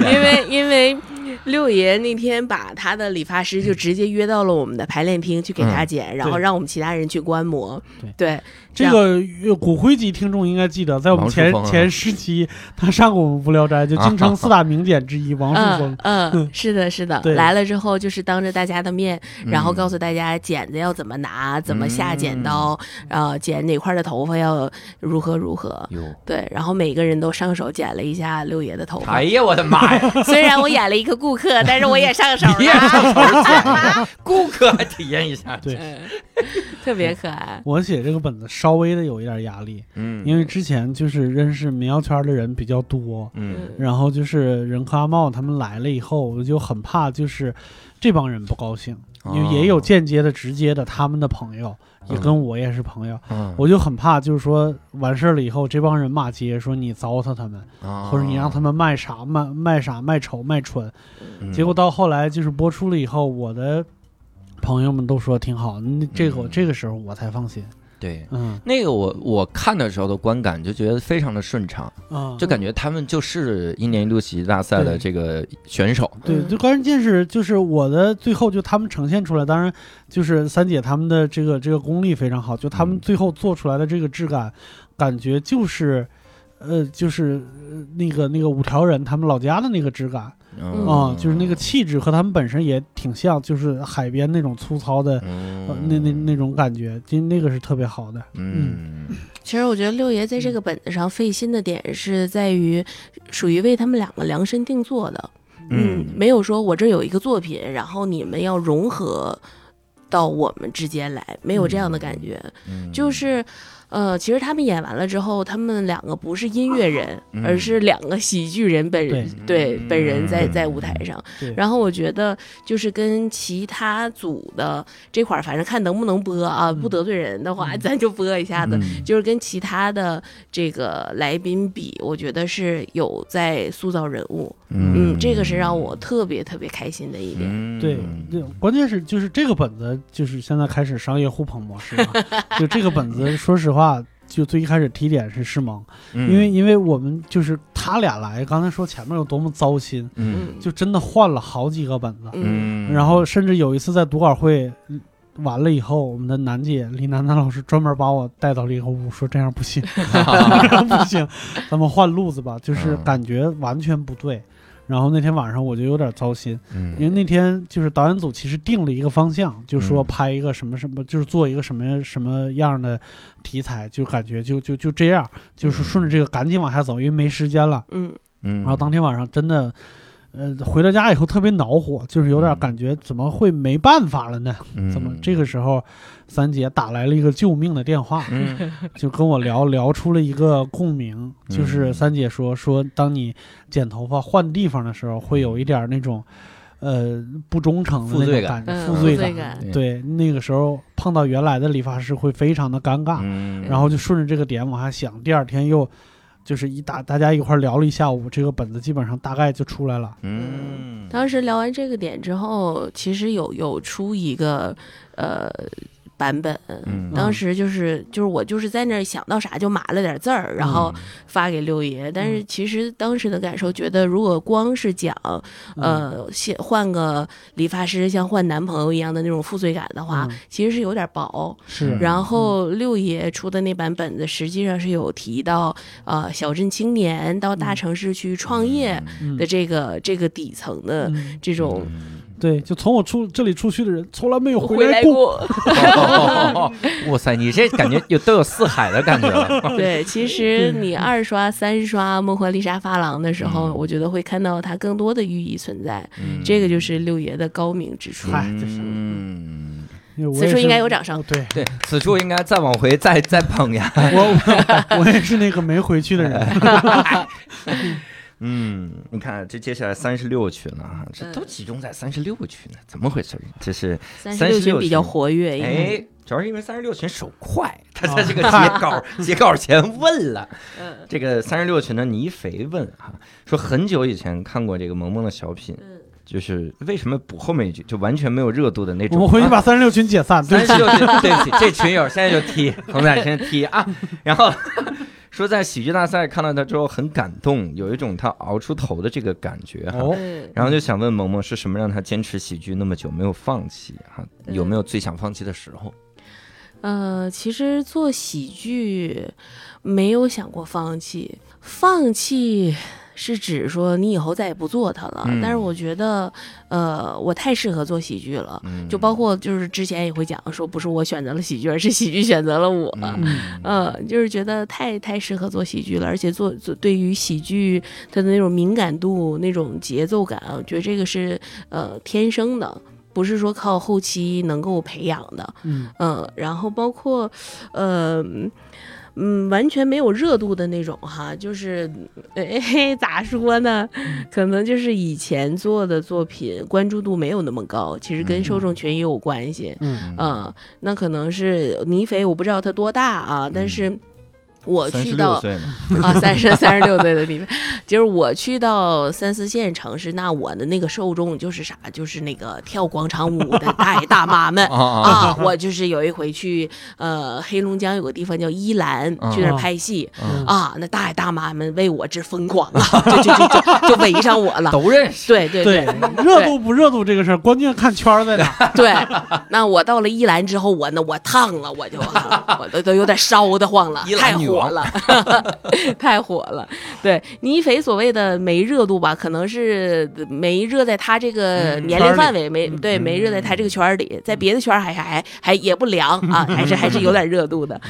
F: 因为因为六爷那天把他的理发师就直接约到了我们的排练厅去给他剪，然后让我们其他人去观摩。
C: 对
F: 对，
C: 这个呃骨灰级听众应该记得，在我们
A: 王树
C: 前
A: 峰啊
C: 前十期，他上过我们无聊 斋，就京城四大名剪之一王树
F: 嗯
C: 峰。
F: 嗯，是的，是的。
C: 对
F: 来了之后就是当着大家的面，然后告
A: 诉
F: 诉大家剪子要怎么拿，怎么下
A: 嗯
F: 剪刀，呃，剪哪块的头发要如何如何。
A: 哟，
F: 对，然后每个人都上手剪了一下六爷的头发
A: 哎。呀，我的妈呀！
F: 虽然我演了一个顾客，但是我也上手
A: 你也上
F: 了，
A: 顾客还体验一下，
C: 对
F: 嗯 特别可爱。
C: 我写这个本子稍微的有一点压力，
A: 嗯
C: 因为之前就是认识民谣圈的人比较多，
A: 嗯
C: 然后就是任科阿茂他们来了以后，我就很怕就是这帮人不高兴，
A: 哦
C: 呃因为也有间接的、直接的他们的朋友，
A: 嗯
C: 也跟我也是朋友，我就很怕就是说完事儿了以后，这帮人骂街，说你糟蹋他们，或
A: 或
C: 者你让他们卖啥卖卖啥卖丑卖蠢，
A: 嗯
C: 结果到后来就是播出了以后，我的朋友们都说挺好，那这个我
A: 嗯
C: 这个时候我才放心，
A: 对。
C: 嗯
A: 那个我我看的时候的观感就觉得非常的顺畅，
C: 啊，
A: 就感觉他们就是一年一度喜剧大赛的
C: 对
A: 这个选手。
C: 对，就关键是就是我的最后就他们呈现出来，当然就是三姐他们的这个这个功力非常好，就他们
A: 嗯
C: 最后做出来的这个质感，感觉就是。呃，就是呃那个那个五条人他们老家的那个质感啊、
F: 嗯
C: 就是那个气质和他们本身也挺像，就是海边那种粗糙的、
A: 嗯，
C: 呃那那那种感觉，就那个是特别好的。
A: 嗯
F: 其实我觉得六爷在这个本子上费心的点是在于，属于为他们两个量身定做的。
A: 嗯
F: 没有说我这有一个作品，然后你们要融合到我们之间来，没有这样的感觉。
A: 嗯
F: 就是，呃，其实他们演完了之后，他们两个不是音乐人，
A: 嗯
F: 而是两个喜剧人本人，对
A: 嗯
F: 本人在
A: 嗯
F: 在舞台上
C: 对。
F: 然后我觉得就是跟其他组的这块儿，反正看能不能播啊，
C: 嗯
F: 不得罪人的话，
C: 嗯
F: 咱就播一下子。
A: 嗯
F: 就是跟其他的这个来宾比，我觉得是有在塑造人物，
A: 嗯
F: 嗯，这个是让我特别特别开心的一点。
A: 嗯
C: 对，对关键是就是这个本子就是现在开始商业互捧模式嘛，就这个本
A: 嗯
C: 子，说实话，就最一开始提点是世蒙，因为因为我们就是他俩来，刚才说前面有多么糟心，
A: 嗯
C: 就真的换了好几个本子，
F: 嗯
C: 然后甚至有一次在读稿会。嗯完了以后，我们的楠姐李楠楠老师专门把我带到了一个屋，说这样不行， 这样 不行，咱们换路子吧。就是
A: 啊嗯
C: 感觉完全不对。然后那天晚上我就有点糟心，因为
A: 嗯
C: 那天就是导演组其实定了一个方向，就说
A: 嗯
C: 拍一个什么什么，就是做一个什么什么样的题材，就感觉就就就这样，就是顺着这个赶紧往下走，因为没时间了。
F: 嗯
A: 嗯，
C: 然后当天晚上真的。呃，回到家以后特别恼火，就是有点
A: 嗯
C: 感觉怎么会没办法了呢？怎么这个时候，三姐打来了一个救命的电话，
A: 嗯
C: 就跟我聊聊出了一个共鸣，就是
A: 嗯
C: 三姐说说，当你剪头发换地方的时候，会有一点儿那种，呃，不忠诚的
A: 负
C: 那
A: 罪
C: 种
A: 感
C: 感觉，
F: 嗯
C: 负
A: 负
C: 罪
F: 罪
C: 感
F: 感。
C: 对，那个时候碰到原来的理发师会非常的尴尬，
A: 嗯
C: 然后就顺着这个点往下想，第二天又。就是一大大家一块儿聊了一下午，这个本子基本上大概就出来了。
A: 嗯
F: 当时聊完这个点之后，其实有有出一个呃版本。
A: 嗯
F: 当时就是就是我就是在那儿想到啥就码了点字
C: 嗯
F: 儿，然后发给六爷。但是其实当时的感受，觉得如果光是讲
C: 嗯，
F: 呃先换个理发师像换男朋友一样的那种负罪感的话
C: 嗯，
F: 其实是有点薄。
C: 是，
F: 然后六爷出的那版本子，实际上是有提到呃小镇青年到大
C: 嗯
F: 城市去创业
C: 嗯
F: 的这个这个底层的
C: 嗯
F: 这种
C: 对，就从我出这里出去的人从来没有
F: 回
C: 来
F: 来
C: 过。
F: 过。
A: 嗯 哇塞，你这感觉有都有四海的感觉 了。
F: 对，其实你二刷、三刷《梦幻丽莎发廊》的时候，
A: 嗯
F: 我觉得会看到它更多的寓意存在。这个就是六爷的高明之处。
C: 嗨这是
A: 嗯，
C: 因为我
F: 此
C: 也
F: 处
C: 是
F: 应该有掌声。
C: 对，
A: 对，此处应该再往回再再捧呀。
C: 我我我也是那个没回去的人。
A: 嗯，你看这接下来三十六群了啊，
F: 嗯
A: 这都集中在三十六群呢，怎么回事？这是
F: 三十六群比较活跃，应该
A: 哎，主要是因为三十六群手快，他
F: 哦
A: 在这个截稿 截稿前问了。
F: 嗯
A: 这个三十六群的倪肥问哈、说很久以前看过这个萌萌的小品，
F: 嗯
A: 就是为什么补后面一句就完全没有热度的那
C: 我
A: 种。啊
C: 们回去把三十六群解散。对
A: 三，十六群，对不起，这群友现在就踢，我们俩现在踢啊。然后说在喜剧大赛看到他之后很感动，有一种他熬出头的这个感觉哈。
C: 哦，
F: 对
A: 然后就想问萌萌，是什么让他坚持喜剧那么久没有放弃哈、
F: 嗯
A: 有没有最想放弃的时候？
F: 呃，其实做喜剧没有想过放弃，放弃是指说你以后再也不做它了。
A: 嗯
F: 但是我觉得，呃，我太适合做喜剧了。
A: 嗯，
F: 就包括就是之前也会讲说，不是我选择了喜剧，而是喜剧选择了我。
A: 嗯
F: 呃，就是觉得太太适合做喜剧了，而且做做对于喜剧它的那种敏感度、那种节奏感，我觉得这个是呃天生的，不是说靠后期能够培养的。
C: 嗯
F: 嗯，然后包括，呃，嗯，完全没有热度的那种哈，就是，哎，嘿咋说呢？可能就是以前做的作品关注度没有那么高，其实跟受
A: 嗯
F: 众群也有关系。
C: 嗯
F: 嗯，那可能是倪肥，我不知道他多大啊，但是。我
A: 嗯三
F: 去
A: 十
F: 到
A: 六岁 嘛，
F: 啊，三十三十六岁的地方， 就是我去到三四线城市，那我的那个受众就是啥，就是那个跳广场舞的大爷大妈们，
A: 啊啊
F: 啊，我就是有一回去，呃，黑龙江有个地方叫依兰，去那儿拍戏
A: 嗯
F: 啊，那大爷大妈们为我之疯狂啊，就就就就就围上我了。
A: 都认识。
F: 对对
C: 对，热度不热度这个事儿，关键看圈儿在哪。
F: 对，那我到了依兰之后，我呢我烫了，我就我都都有点烧得慌了
A: 依，兰
F: 太
A: 女
F: 火
A: 王
F: 了， 太火了。对，倪肥所谓的没热度吧，可能是没热在他这个
C: 嗯
F: 年
C: 圈儿
F: 龄
C: 里
F: 范围，没对
A: 嗯
F: 没热在他这个圈儿里，在别的圈儿还还还也不凉啊，还是还是有点热度的。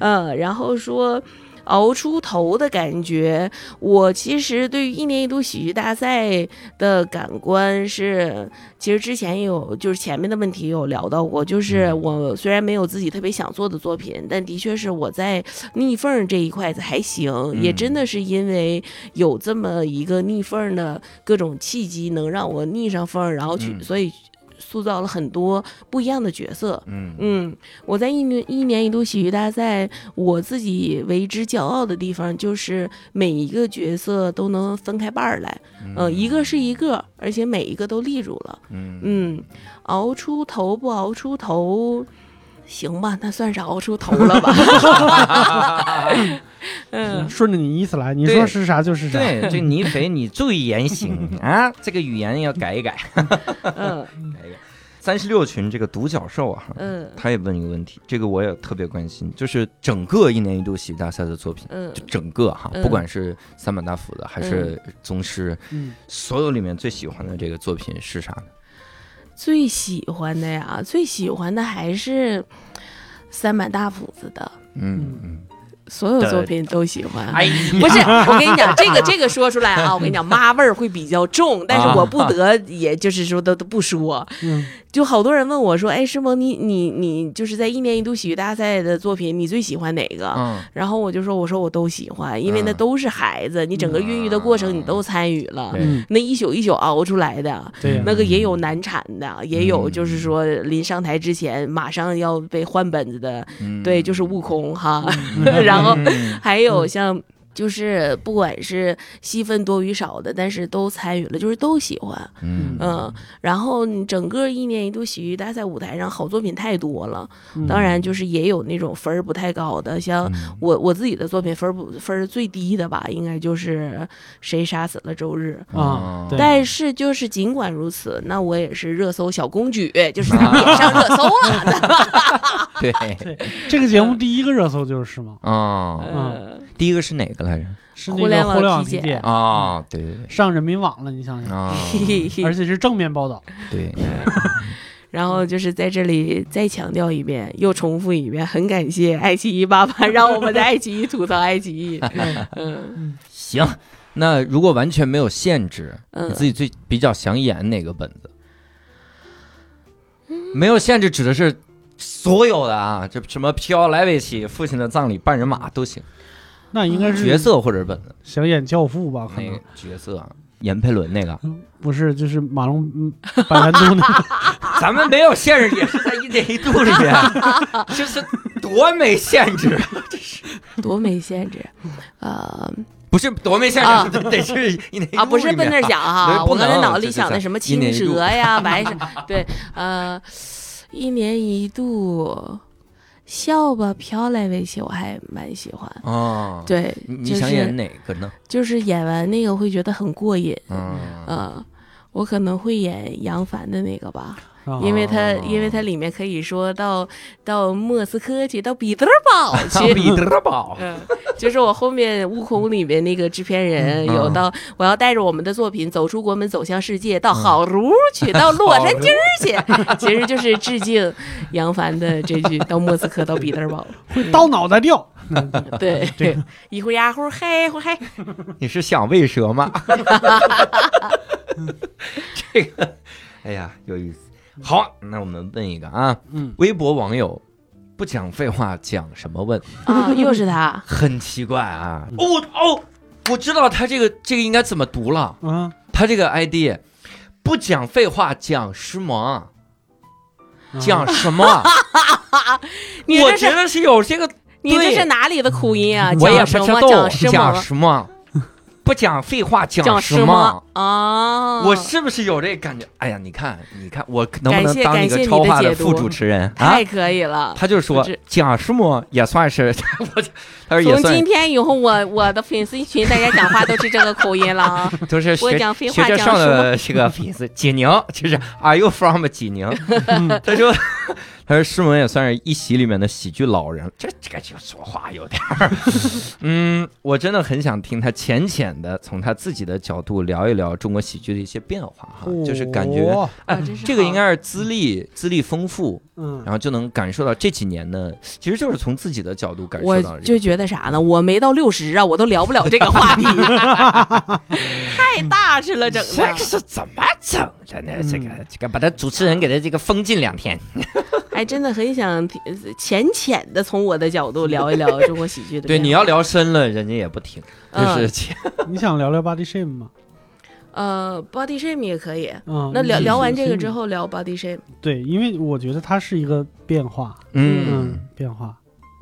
F: 嗯，然后说。熬出头的感觉，我其实对于一年一度喜剧大赛的感官是，其实之前也有就是前面的问题有聊到过，就是
A: 嗯
F: 我虽然没有自己特别想做的作品，但的确是我在逆缝儿这一块子还行，也
A: 嗯
F: 真的是因为有这么一个逆缝儿的各种契机，能让我逆上缝儿，然后去，
A: 嗯
F: 所以塑造了很多不一样的角色。
A: 嗯
F: 嗯，我在一年一年一度喜剧大赛，我自己为之骄傲的地方就是每一个角色都能分开瓣儿来，嗯、一个是一个，而且每一个都立住了。
A: 嗯
F: 嗯，熬出头不熬出头，行吧，那算是熬出头了吧。 嗯，
C: 顺着你意思来，你
A: 对
C: 说是啥就是啥。
A: 对，这倪肥你注意言行啊，这个语言要改一改，
F: 嗯
A: 改一改。三十六群这个独角兽啊，
F: 嗯
A: 他也问一个问题，这个我也特别关心，就是整个一年一度喜剧大赛的作品，
F: 嗯
A: 就整个哈，
F: 嗯
A: 不管是三板大斧的还是宗师，
C: 嗯
A: 所有里面最喜欢的这个作品是啥呢？
F: 最喜欢的呀，最喜欢的还是三板大斧子的，
A: 嗯嗯，
F: 所有
A: 对
F: 作品都喜欢。
A: 哎呀，
F: 不是，我跟你讲，这个这个说出来啊，我跟你讲，妈味儿会比较重，
A: 啊
F: 但是我不得，也就是说都都不说。
C: 嗯，
F: 就好多人问我说，哎，师萌，你你你就是在一年一度喜剧大赛的作品，你最喜欢哪个？
A: 嗯
F: 然后我就说，我说我都喜欢，因为那
A: 嗯
F: 都是孩子，你整个孕育的过程你都参与了，
A: 对
C: 嗯，
F: 那一宿一宿熬出来的。
C: 对呀
F: 那个也有难产的，也有
A: 嗯
F: 就是说临上台之前马上要被换本子的，
A: 嗯
F: 对，就是悟空哈， 然后
A: 嗯
F: 还有像就是不管是戏份多与少的，但是都参与了，就是都喜欢，
A: 嗯
F: 嗯。然后你整个一年一度喜剧大赛舞台上好作品太多了，
C: 嗯
F: 当然就是也有那种分儿不太高的，像
A: 嗯
F: 我我自己的作品分儿不分儿最低的吧，应该就是谁杀死了周日。
A: 嗯
C: 啊， 对
F: 但是就是尽管如此，那我也是热搜小公举，就是咱们也上热搜了。
A: 对，
C: 这个节目第一个热搜就是是吗？
A: 哦，
F: 呃
A: 第一个是哪个来着？
C: 是那
F: 互
C: 个
F: 联网
C: 互联网
F: 体
C: 体
F: 检
C: 检
A: 啊，对对对，
C: 上人民网了，你想想，
A: 啊，
F: 嘿嘿
C: 而且是正面报道。
A: 对，
F: 然
A: 嗯
F: 后就是在这里再强调一遍，又重复一遍，很感谢爱奇艺爸 爸让我们在爱奇艺吐槽爱奇艺。嗯，
A: 行。那如果完全没有限制，
F: 嗯
A: 你自己最比较想演哪个本子？没有限制指的是所有的啊，这什么飘莱维奇、父亲的葬礼、半人马都行，
C: 那应
F: 嗯
C: 该是
A: 角色或者本子，
C: 想演教父吧？可
A: 那
C: 能
A: 个角色啊，闫佩伦那 个，
C: 不是，就是马龙嗯百兰度那个
A: 咱们没有限制，也是在一点一度里 面，这是多没限制，
F: 多没限
A: 哎
F: 制，呃
A: 不是多没限
F: 啊
A: 制， 得得是一点一度
F: 啊，不是
A: 里面
F: 奔那儿想哈，
A: 不
F: 我
A: 能
F: 刚才脑子
A: 这
F: 里
A: 是
F: 想的
A: 在
F: 什么
A: 一年
F: 青
A: 一 度
F: 蛇呀、白蛇，对，呃，一年一度。笑吧飘来为妻，我还蛮喜欢。
A: 哦，，
F: 对，
A: 你
F: 就
A: 想演
F: 是
A: 哪个呢？
F: 就是演完那个会觉得很过瘾，
A: 嗯，
F: 嗯，我可能会演杨凡的那个吧，
C: 啊
F: 因为他
A: 哦
F: 因为他里面可以说到到莫斯科去，到彼得 堡去。
A: 彼得堡，
F: 嗯，就是我后面《悟空》里面那个制片人
A: 嗯
F: 有到，我要带着我们的作品走出国门，走向世界，
A: 嗯
F: 到好如去，到洛杉矶儿去，其实就是致敬杨凡的这句“到莫斯科，到彼得 堡嗯
C: 会刀脑袋掉，”。
A: 啊
F: 对，一呼呀呼嘿呼嘿，
A: 你是想喂蛇吗？这个，哎呀，有意思。好，那我们问一个啊，
C: 嗯，
A: 微博网友不讲废话，讲什么问？
F: 啊，又是他，
A: 很奇怪啊。哦哦，我知道他这个这个应该怎么读了，
C: 嗯，
A: 他这个 ID 不讲废话，讲什么？
C: 嗯
A: 讲什 么？
F: 你
A: 我
F: 这
A: 觉
F: 是
A: 得是有这个，
F: 你这
A: 对
F: 是哪里的口音啊？
A: 我也
F: 讲
A: 不
F: 什
A: 知
F: 么
A: 道
F: 讲什
A: 讲
F: 么？
A: 什么，不讲废话，讲
F: 讲
A: 什
F: 么
A: 么？
F: 啊？
A: 我是不是有这感觉？哎呀，你看，你看，我能不
F: 感
A: 能
F: 谢
A: 当一
F: 感谢
A: 个
F: 你
A: 超
F: 的
A: 话
F: 解
A: 的副
F: 读
A: 主持人啊
F: 太？可以了。
A: 他就说
F: 不是
A: 讲什么也算是， 我就他说也
F: 从今
A: 算
F: 天以后，我我的粉丝群大家讲话都是这个口音 了啊！
A: 都是
F: 我
A: 学
F: 讲废
A: 学
F: 话
A: 着
F: 讲
A: 上
F: 什么？
A: 的这个粉 丝，济宁就是 Are you from 济 宁？他说，他说诗文也算是一席里面的喜剧老人，这这个就说话有点儿， 嗯，我真的很想听他浅浅的从他自己的角度聊一聊中国喜剧的一些变化哈，就是感觉，
D: 哦
A: 哎
F: 啊真是，
A: 这个
F: 好
A: 应该是嗯资历资历丰富，
C: 嗯
A: 然后就能感受到这几年的，其实就是从自己的角度感
F: 我
A: 受到这
F: 就
A: 个，
F: 觉得啥呢？我没到六十啊，我都聊不了这 个话题，太大事了，整
A: 这
F: 的
A: 个。是怎么整的呢？这个
C: 嗯
A: 这个把他主持人给他这个封禁两天。
F: 哎，真的很想听浅浅的从我的角度聊 一聊中国喜剧的变化。
A: 对，你要聊深了，人家也不听，就是
F: 嗯
A: 这样、
C: 你想聊聊 body shame 吗？
F: 呃，body shame 也可以。
A: 哦
C: 嗯，
F: 那聊
C: 你
F: 聊完这个
C: 心里
F: 之，后，聊 body shame。
C: 对，因为我觉得它是一个变化，
A: 嗯
C: 嗯，变化。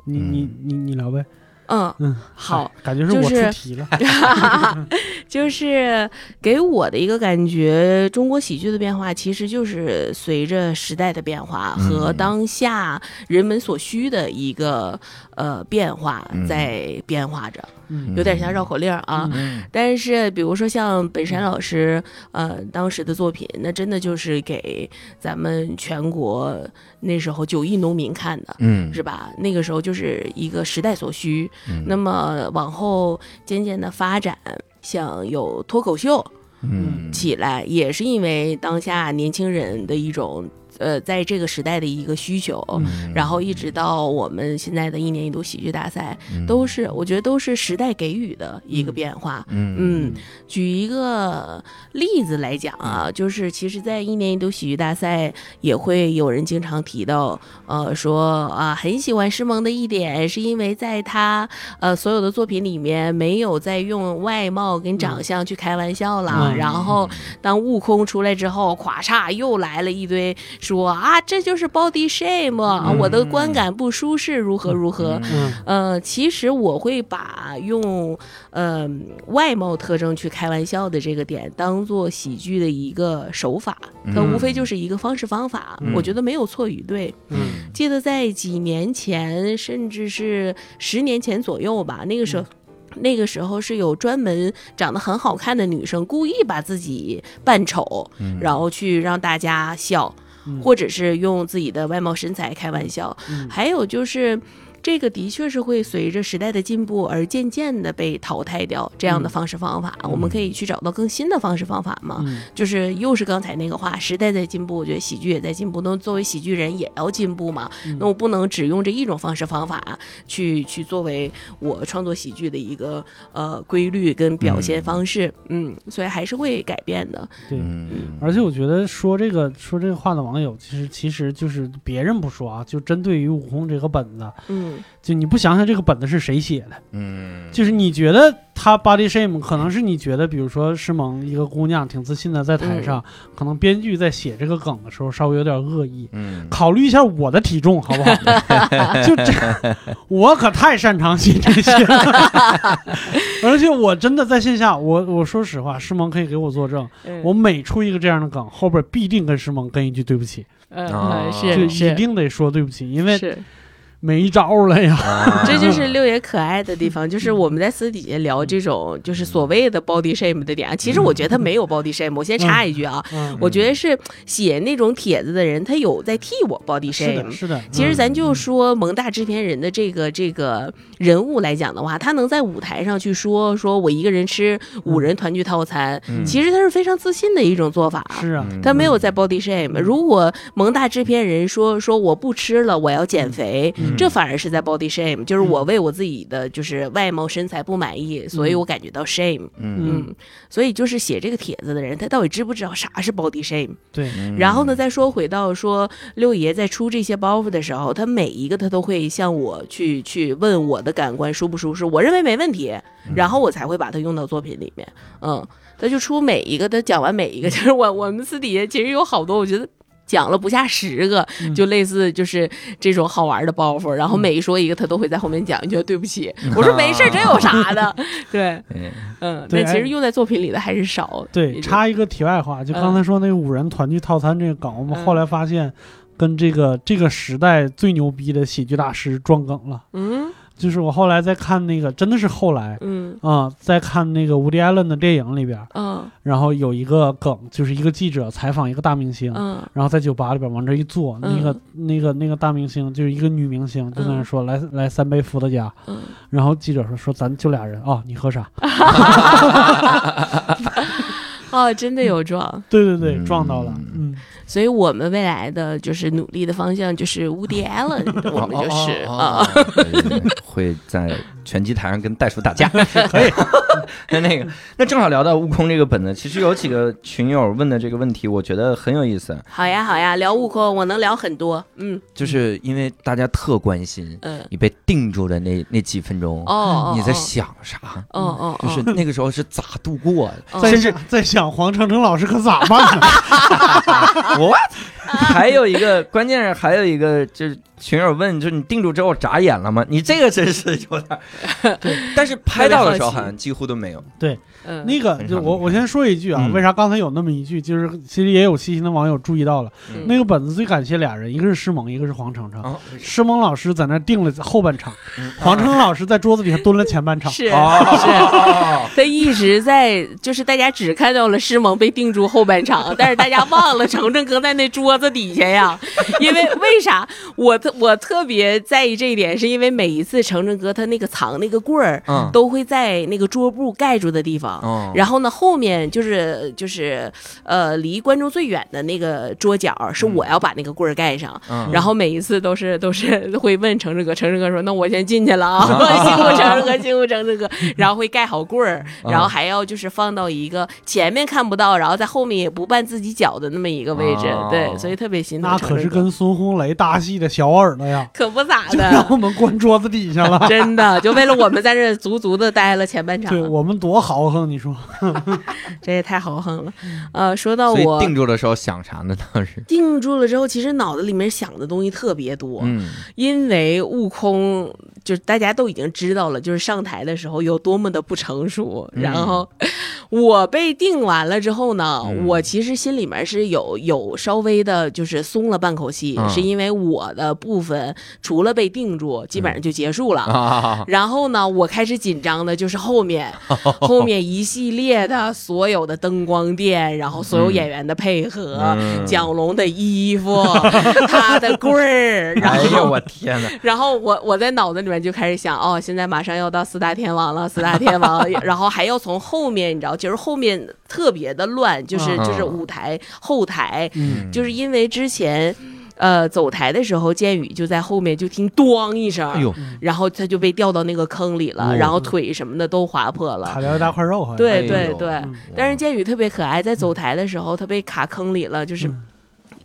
C: 你你
A: 嗯
C: 你你聊呗，
F: 嗯，
C: 嗯，
F: 好，
C: 哎，感觉是
F: 就
C: 我
F: 是
C: 出题了，
F: 就是给我的一个感觉，中国喜剧的变化其实就是随着时代的变化
A: 嗯
F: 和当下人们所需的一个呃变化
A: 嗯
F: 在变化着，
C: 嗯
F: 有点像绕口令儿啊。
A: 嗯
F: 但是，比如说像本山老师，呃，当时的作品，那真的就是给咱们全国那时候九亿农民看的，
A: 嗯
F: 是吧？那个时候就是一个时代所需，
A: 嗯
F: 那么往后渐渐的发展，像有脱口秀
A: 嗯
F: 起来，也是因为当下年轻人的一种呃，在这个时代的一个需求。
A: 嗯
F: 然后一直到我们现在的一年一度喜剧大赛，
A: 嗯
F: 都是我觉得都是时代给予的一个变化。
A: 嗯
F: 嗯，举一个例子来讲啊，就是其实，在一年一度喜剧大赛也会有人经常提到，呃，说啊、很喜欢诗萌的一点，是因为在他呃所有的作品里面没有再用外貌跟长相去开玩笑了。
C: 嗯
F: 然后当悟空出来之后，咵嚓又来了一堆说啊，这就是 body shame，、啊
A: 嗯
F: 我的观感不舒适，如何如何。
C: 嗯
F: 呃，其实我会把用呃外貌特征去开玩笑的这个点，当做喜剧的一个手法，它
A: 嗯
F: 无非就是一个方式方法，
A: 嗯
F: 我觉得没有错与对。
C: 嗯
F: 记得在几年前，甚至是十年前左右吧，那个时候。
C: 嗯
F: 那个时候是有专门长得很好看的女生故意把自己扮丑，
A: 嗯
F: 然后去让大家笑，
C: 嗯
F: 或者是用自己的外貌身材开玩笑。
C: 嗯
F: 还有就是，这个的确是会随着时代的进步而渐渐的被淘汰掉这样的
C: 嗯
F: 方式方法。我们可以去找到更新的方式方法嘛？
C: 嗯
F: 就是又是刚才那个话，时代在进步，我觉得喜剧也在进步。那作为喜剧人也要进步嘛？
C: 嗯
F: 那我不能只用这一种方式方法去去作为我创作喜剧的一个呃规律跟表现方式。嗯，所以还是会改变的。
C: 对，
A: 嗯
C: 而且我觉得说这个说这个话的网友，其实其实就是别人不说啊，就针对于悟空这个本子，
F: 嗯，
C: 就你不想想这个本子是谁写的，
A: 嗯
C: 就是你觉得他 body shame，可能是你觉得，比如说诗萌一个姑娘挺自信的在
F: 嗯
C: 台上，可能编剧在写这个梗的时候稍微有点恶意。
A: 嗯
C: 考虑一下我的体重好不好？就这，我可太擅长写这些了，而且我真的在线下，我我说实话，诗萌可以给我作证，
F: 嗯
C: 我每出一个这样的梗，后边必定跟师萌跟一句对不起，
F: 嗯
A: 啊
F: 嗯
A: 对
C: 就
F: 嗯
C: 一
F: 是
C: 定得说对不起，因为
F: 是
C: 没招了呀。
F: 这就是六爷可爱的地方，就是我们在私底下聊这种就是所谓的 body shame 的点啊。其实我觉得他没有 body shame，我先插一句啊，
C: 嗯，
F: 我觉得是写那种帖子的人，他有在替我 body
C: 是的，嗯
F: shame。
C: 是的，
F: 其实咱就说蒙大制片人的这个这个人物来讲的话，他能在舞台上去说说我一个人吃
C: 嗯
F: 五人团聚套餐，
A: 嗯
F: 其实他是非常自信的一种做法。
C: 是啊，
A: 嗯
F: 他没有在 body shame。如果蒙大制片人说说我不吃了，我要减肥，
C: 啊
A: 嗯
F: 这反而是在 body shame，就是
C: 嗯
F: 我为我自己的就是外貌身材不满意，所以我感觉到 shame。
A: 嗯
C: 嗯
F: 嗯，所以就是写这个帖子的人，他到底知不知道啥是 body shame？
C: 对，
A: 嗯
F: 然后呢，再说回到说六爷在出这些包袱的时候，他每一个他都会向我去去问我的感官舒不舒适，我认为没问题，然后我才会把它用到作品里面。嗯，他就出每一个，他讲完每一个，就是我我们私底下其实有好多，我觉得。讲了不下十个，就类似就是这种好玩的包袱，然后每说一个他都会在后面讲一句对不起，我说没事儿，这有啥的？对，
A: 嗯
F: 嗯，
C: 对
F: 但其
C: 哎
F: 实用在作品里的还是少。
C: 对，
F: 也就
C: 插一个题外话，就
F: 嗯
C: 刚才说那个五人团聚套餐这个梗，我们后来发现，跟这个这个时代最牛逼的喜剧大师撞梗了。
F: 嗯
C: 就是我后来在看那个，真的是后来
F: 嗯
C: 啊、在看那个伍迪·艾伦的电影里边，
F: 嗯
C: 然后有一个梗，就是一个记者采访一个大明星，
F: 嗯
C: 然后在酒吧里边往这一坐，
F: 嗯
C: 那个那个那个大明星就是一个女明星，就在那说、来来三杯伏特加，
F: 嗯，
C: 然后记者说说咱就俩人啊、你喝啥？
F: 哦，真的有撞。
C: 对对对，
A: 嗯
C: 撞到了，嗯，
F: 所以我们未来的就是努力的方向就是 Woody Allen，我 们就是
A: 哦
F: 啊，，
A: 哦哦哦对对对会在拳击台上跟袋鼠打 架，可以。 那那个，那正好聊到悟空这个本子，其实有几个群友问的这个问题，我觉得很有意思，
F: 好呀好呀，聊悟空我能聊很多，嗯
A: 就是因为大家特关心
F: 嗯，
A: 你被定住的那那几分钟，
F: 哦哦，
A: 你在
F: 哦
A: 想啥？
F: 哦哦，
A: 就是那个时候是咋度过的？
F: 哦
C: 在
A: 甚至
C: 在想黄澄澄老师可咋办啊呢？
A: 我
F: 啊
A: 还有一个，关键是还有一个，就是群友问，就是你定住之后眨眼了吗？你这个真是有点儿， 但是拍到的时候好像几乎都没有。
F: 嗯
C: 那个就我我先说一句啊，
A: 嗯
C: 为啥刚才有那么一句？就是其实也有细心的网友注意到了，
A: 嗯
C: 那个本子最感谢俩人，一个是师萌，一个是黄澄澄。
F: 哦
A: 啊，
C: 师萌老师在那定了后半场，
A: 嗯
C: 黄澄澄老师在桌子底下蹲了前半场。
F: 啊是是。
A: 哦，
F: 他一直在，就是大家只看到了师萌被定住后半场，但是大家忘了程程搁在那桌子底下呀。 因为为啥我特我特别在意这一点，是因为每一次程程哥他那个藏那个棍儿，
A: 嗯
F: 都会在那个桌布盖住的地方。
A: 哦
F: 然后呢，后面就是就是呃，离观众最远的那个桌角儿是我要把那个棍儿盖上。
A: 嗯
F: 然后每一次都是都 是会问程志哥，程志哥说：“那我先进去 了啊，辛苦程志哥，辛苦程志哥。”然后会盖好棍儿，
A: 啊
F: 然后还要就是放到一个前面看不到，然后在后面也不绊自己脚的那么一个位置
A: 哦。
F: 对，所以特别心疼
C: 那
F: 程志哥。
C: 可是跟孙红雷搭戏的小耳朵呀，
F: 可不咋
C: 就让我
F: 的，
C: 们关桌子底下了。
F: 真的就为了我们在这足足的待了前半场
C: 对，我们多豪横，你说？
F: 这也太豪横了。呃，说到
A: 所
F: 我
A: 以定住的时候想啥呢？当时，
F: 定住了之后，其实脑子里面想的东西特别多，
A: 嗯
F: 因为悟空就是大家都已经知道了，就是上台的时候有多么的不成熟。
A: 嗯
F: 然后我被定完了之后呢，
A: 嗯
F: 我其实心里面是有有稍微的，就是松了半口气，
A: 啊
F: 是因为我的部分除了被定住，基本上就结束了。
A: 啊，
F: 然后呢，我开始紧张的就是 后面，后面一系列的所有的灯光店，然后所有演员的配合，
A: 嗯
F: 蒋龙的 衣服，他的棍儿，然
A: 哎
F: 后
A: 呦我天哪！
F: 然后我我在脑子里面就开始想，哦，现在马上要到四大天王了，四大天王， 然后还要从后面，你知道，就是后面特别的乱，就是
A: 嗯
F: 就是舞台后台，
C: 嗯，
F: 就是因为之前。呃，走台的时候，建宇就在后面就听“咣”一声，
A: 哎呦，
C: 嗯
F: 然后他就被掉到那个坑里了，
A: 哦
F: 然后腿什么的都划破
C: 卡
F: 了。
C: 掉一大块肉，好像。
A: 哎
F: 对
A: 呦
F: 对对，
C: 嗯
F: 但是建宇特别可爱，在走台的时候，他被卡坑里了，就是。
A: 嗯
C: 嗯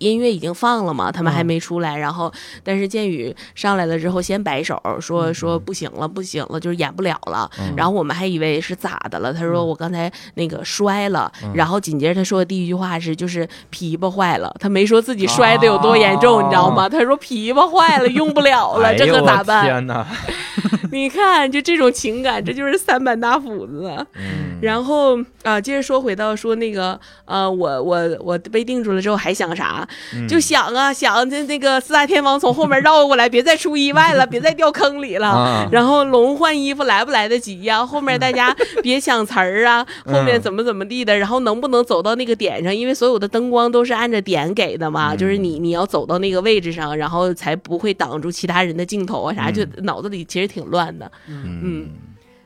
F: 音乐已经放了嘛，他们还没出来。然
A: 哦
F: 后，但是建宇上来了之后，先摆手说说不行了，不行了，就是演不了了。
A: 嗯
F: 然后我们还以为是咋的了，他说我刚才那个摔了。
A: 嗯
F: 然后紧接着他说的第一句话是就是皮巴坏了，他没说自
A: 哦
F: 己摔的有多严重，
A: 啊
F: 你知道吗？他说皮巴坏了，用不了了，
A: 哎
F: 这
A: 呦
F: 可咋
A: 我
F: 办？
A: 天哪！
F: 你看，就这种情感，这就是三板大斧子啊。
A: 嗯
F: 然后啊、接着说回到说那个呃，我我我被定住了之后还想啥？
A: 嗯
F: 就想啊想，那那个四大天王从后面绕 过来，别再出意外了，别再掉坑里了。
A: 啊，
F: 然后龙换衣服来不来得及呀、后面 大家别抢词儿啊，
A: 嗯
F: 后面怎么怎么地的，然后能不能走到那个点上？因为所有的灯光都是按着点给的嘛，
A: 嗯
F: 就是你你要走到那个位置上，然后才不会挡住其他人的镜头啊啥，
A: 嗯
F: 就脑子里其实挺乱的。
A: 嗯，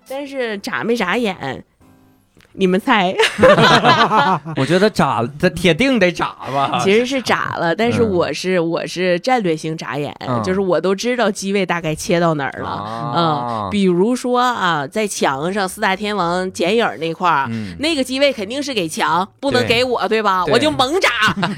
F: 但是眨没眨眼，你们猜，
A: 我觉得炸，他铁定得炸吧？
F: 其实是眨了，但是
A: 啊嗯
F: 我是我是战略性眨眼，
A: 嗯
F: 就是我都知道机位大概切到哪儿了。嗯
A: 啊，
F: 比如说啊，在墙上四大天王剪影儿那块儿，
A: 嗯
F: 那个机位肯定是给强，不能
A: 对
F: 给我，对吧？
A: 对
F: 我就猛 眨，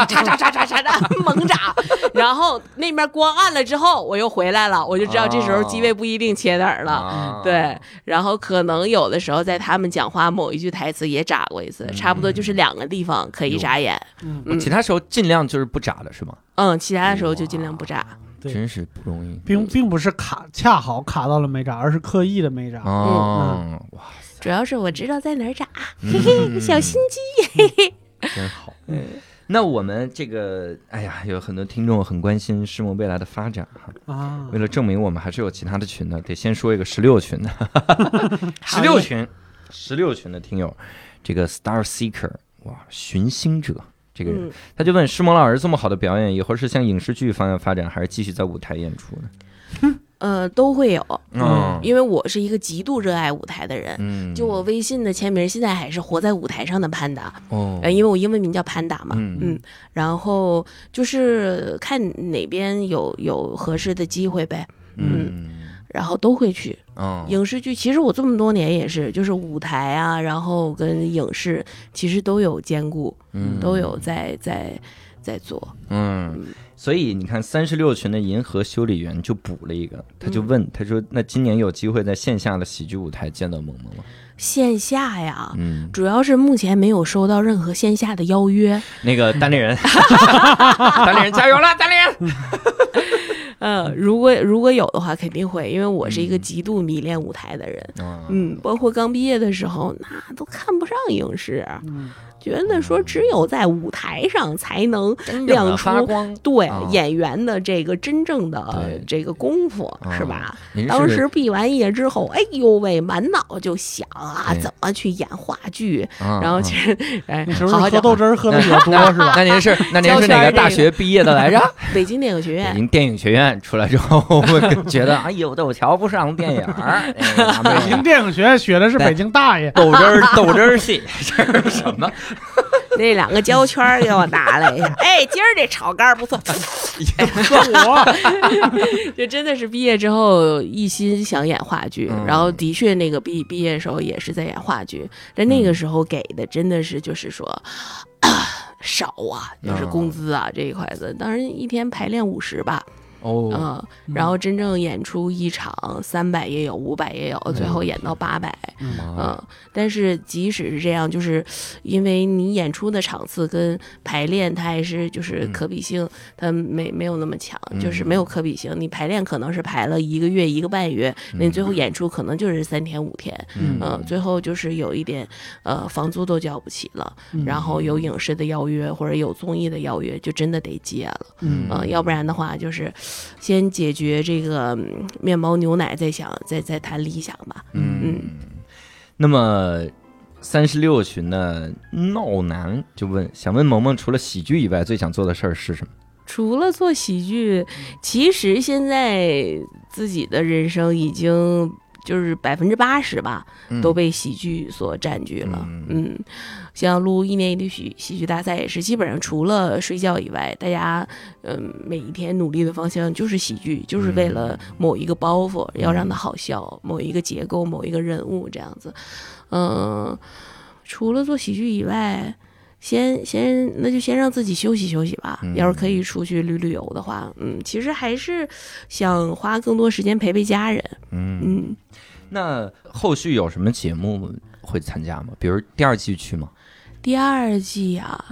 F: 叉叉叉叉叉叉，猛眨。然后那边光暗了之后，我又回来了，我就知道这时
A: 哦
F: 候机位不一定切哪儿了。
A: 啊
F: 对，然后可能有的时候在他们讲话某一句台词也眨过一次，
A: 嗯
F: 差不多就是两个地方可以眨眼。
C: 嗯
A: 我
F: 嗯
A: 其他时候尽量就是不炸了，是吗？
F: 嗯，其他的时候就尽量不眨。
A: 啊
C: 对
A: 真是不容易。
C: 并并不是卡恰好卡到了没炸，而是刻意的没炸。
A: 哦，哇，
F: 主要是我知道在哪儿眨，
A: 嗯
F: 嘿嘿，小心嗯机。
A: 真好。那我们这个，哎呀，有很多听众很关心世梦未来的发展哈。
C: 啊
A: 为，了证明我们还是有其他的群的，得先说一个十六群的， 十六群，十六群的听友，这个 Star Seeker，哇，寻星者这个人，
F: 嗯，
A: 他就问施蒙老师这么好的表演，以后是向影视剧方向发展，还是继续在舞台演出呢？
F: 呃，都会有。
A: 嗯
F: 因为我是一个极度热爱舞台的人。
A: 嗯
F: 就我微信的签名，现在还是活在舞台上的潘达，
A: 哦，
F: 呃，因为我英文名叫潘达嘛，
A: 嗯
F: 然后就是看哪边有有合适的机会呗，
A: 嗯
F: 然后都会去。
A: 嗯
F: 影视剧其实我这么多年也是，就是舞台啊，然后跟影视其实都有兼顾，
A: 嗯
F: 都有在在在做。
A: 嗯，所以你看，三十六群的银河修理员就补了一个，他就问，他说：“那今年有机会在线下的喜剧舞台见到萌萌吗
F: 线下？”呀，
A: 嗯，
F: 主要是目前没有收到任何线下的邀约。
A: 那个单立人，单立人加油了，单立人。
F: 嗯，如果如果有的话，肯定会，因为我是一个
A: 嗯
F: 极度迷恋舞台的人。
A: 嗯
F: 嗯，包括刚毕业的时候，那都看不上影视，
C: 嗯
F: 觉得说只有在舞台上才能亮出
A: 发光，
F: 对
A: 啊
F: 演员的这个真正的
A: 对
F: 这个功夫，
A: 啊
F: 是吧？
A: 您是
F: 当时毕完业之后，哎呦喂，满脑就想啊，
A: 对
F: 怎么去演话剧，
A: 啊
F: 然后
A: 啊
F: 其 实，哎，
C: 那时候
F: 好好
C: 是喝
F: 讲
C: 豆汁儿喝的比较多是吧？
A: 那您是那您是哪个大学毕业的 来着？
F: 北京电影学
A: 北
F: 院，
A: 京电影学院出来之后，我觉得哎呦，我瞧不上电影儿，哎
C: 北 京电影学院学的是
A: 对嗯
C: 北京大爷，
A: 豆汁儿豆汁儿戏，这是什么？
F: 那两个胶圈儿给我拿来一下，哎，今儿这炒肝儿不错，
C: 我
F: 就真的是毕业之后一心想演话剧，
A: 嗯
F: 然后的确那个毕毕业的时候也是在演话剧，但
A: 嗯
F: 那个时候给的真的是就是说、 啊少啊，就是
A: 嗯
F: 工资啊、这一块子，当时一天排练五十吧，
A: 哦，
F: 嗯，然后真正演出一场三百也有，五百也有，最后演到八百，
A: 哎
F: 嗯，但是即使是这样，就是因为你演出的场次跟排练，它还是就是
A: 嗯
F: 可比性，它没没有那么强，
A: 嗯
F: 就是没有可比性。你排练可能是排了一个月、一个半月，那你最后演出可能就是三天五天，
A: 嗯
F: 嗯，最后就是有一点，呃，房租都交不起了，
C: 嗯
F: 然后有影视的邀约或者有综艺的邀约，就真的得接了，
C: 嗯
F: 嗯，要不然的话就是先解决这个嗯面包牛奶，再想再再谈理想吧。
A: 嗯，那么。三十六群的闹男就问，想问萌萌，除了喜剧以外，最想做的事儿是什么？
F: 除了做喜剧，其实现在自己的人生已经就是百分之八十吧，都被喜剧所占据了。
A: 嗯
F: 嗯像录一年一度喜喜剧大赛也是，基本上除了睡觉以外，大家嗯每一天努力的方向就是喜剧，就是为
A: 嗯
F: 了某一个包袱要让它好笑，某一个结构、某一个人物这样子。嗯，除了做喜剧以外。先先，那就先让自己休息休息吧。
A: 嗯
F: 要是可以出去旅旅游的话，嗯，其实还是想花更多时间陪陪家人。
A: 嗯，
F: 嗯，
A: 那后续有什么节目会参加吗？比如第二季去吗？
F: 第二季啊，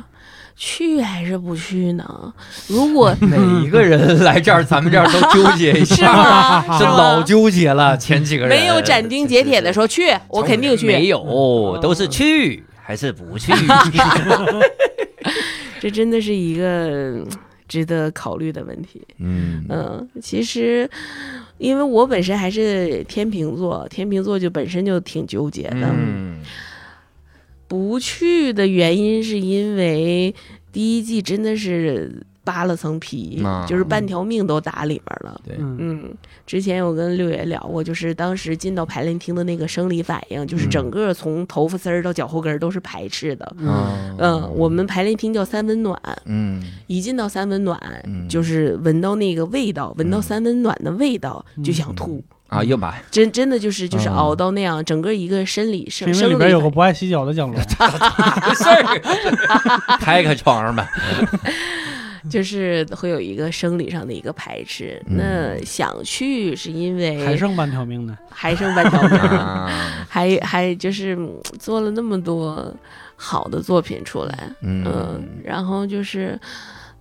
F: 去还是不去呢？如 果
A: 每一个人来这儿，咱们这儿都纠结一
F: 是
A: 下，
F: 吗？
A: 这
F: 是吗
A: 老纠结 了。前几个人
F: 没有斩钉截铁的
A: 说，
F: 说去，我肯定
A: 没
F: 去。
A: 有，都是去还是不
F: 哦
A: 去？哦
F: 这真的是一个嗯值得考虑的问题。
A: 嗯
F: 嗯，其实因为我本身还是天秤座，天秤座就本身就挺纠结的。
A: 嗯
F: 不去的原因是因为第一季真的是扒了层皮，
A: 啊
F: 就是半条命都打里面了。
A: 对
C: 嗯
F: 嗯，之前我跟六爷聊过，就是当时进到排练厅的那个生理反应，就是
A: 嗯
F: 整个从头发丝儿到脚后跟儿都是排斥的。
C: 嗯
F: 嗯，我们排练厅叫三温暖，
A: 嗯
F: 一进到三温暖，
A: 嗯
F: 就是闻到那个味道，闻到
A: 嗯
F: 三温暖的味道、
C: 嗯
F: 就想吐，
A: 啊，又 买
F: 真真的就是就是
A: 嗯
F: 熬到那样，整个一个生理
C: 是
F: 生
C: 因
F: 生
C: 为
F: 理
C: 里边有个
F: 反
C: 不爱洗脚的蒋龙，
A: 没事儿，开开窗上 吧。
F: 应就是会有一个生理上的一个排斥。
A: 嗯
F: 那想去是因为
C: 还剩半条命呢。
F: 还剩半条命，
A: 啊
F: 还还就是嗯做了那么多好的作品出来，嗯，
A: 嗯，
F: 然后就是，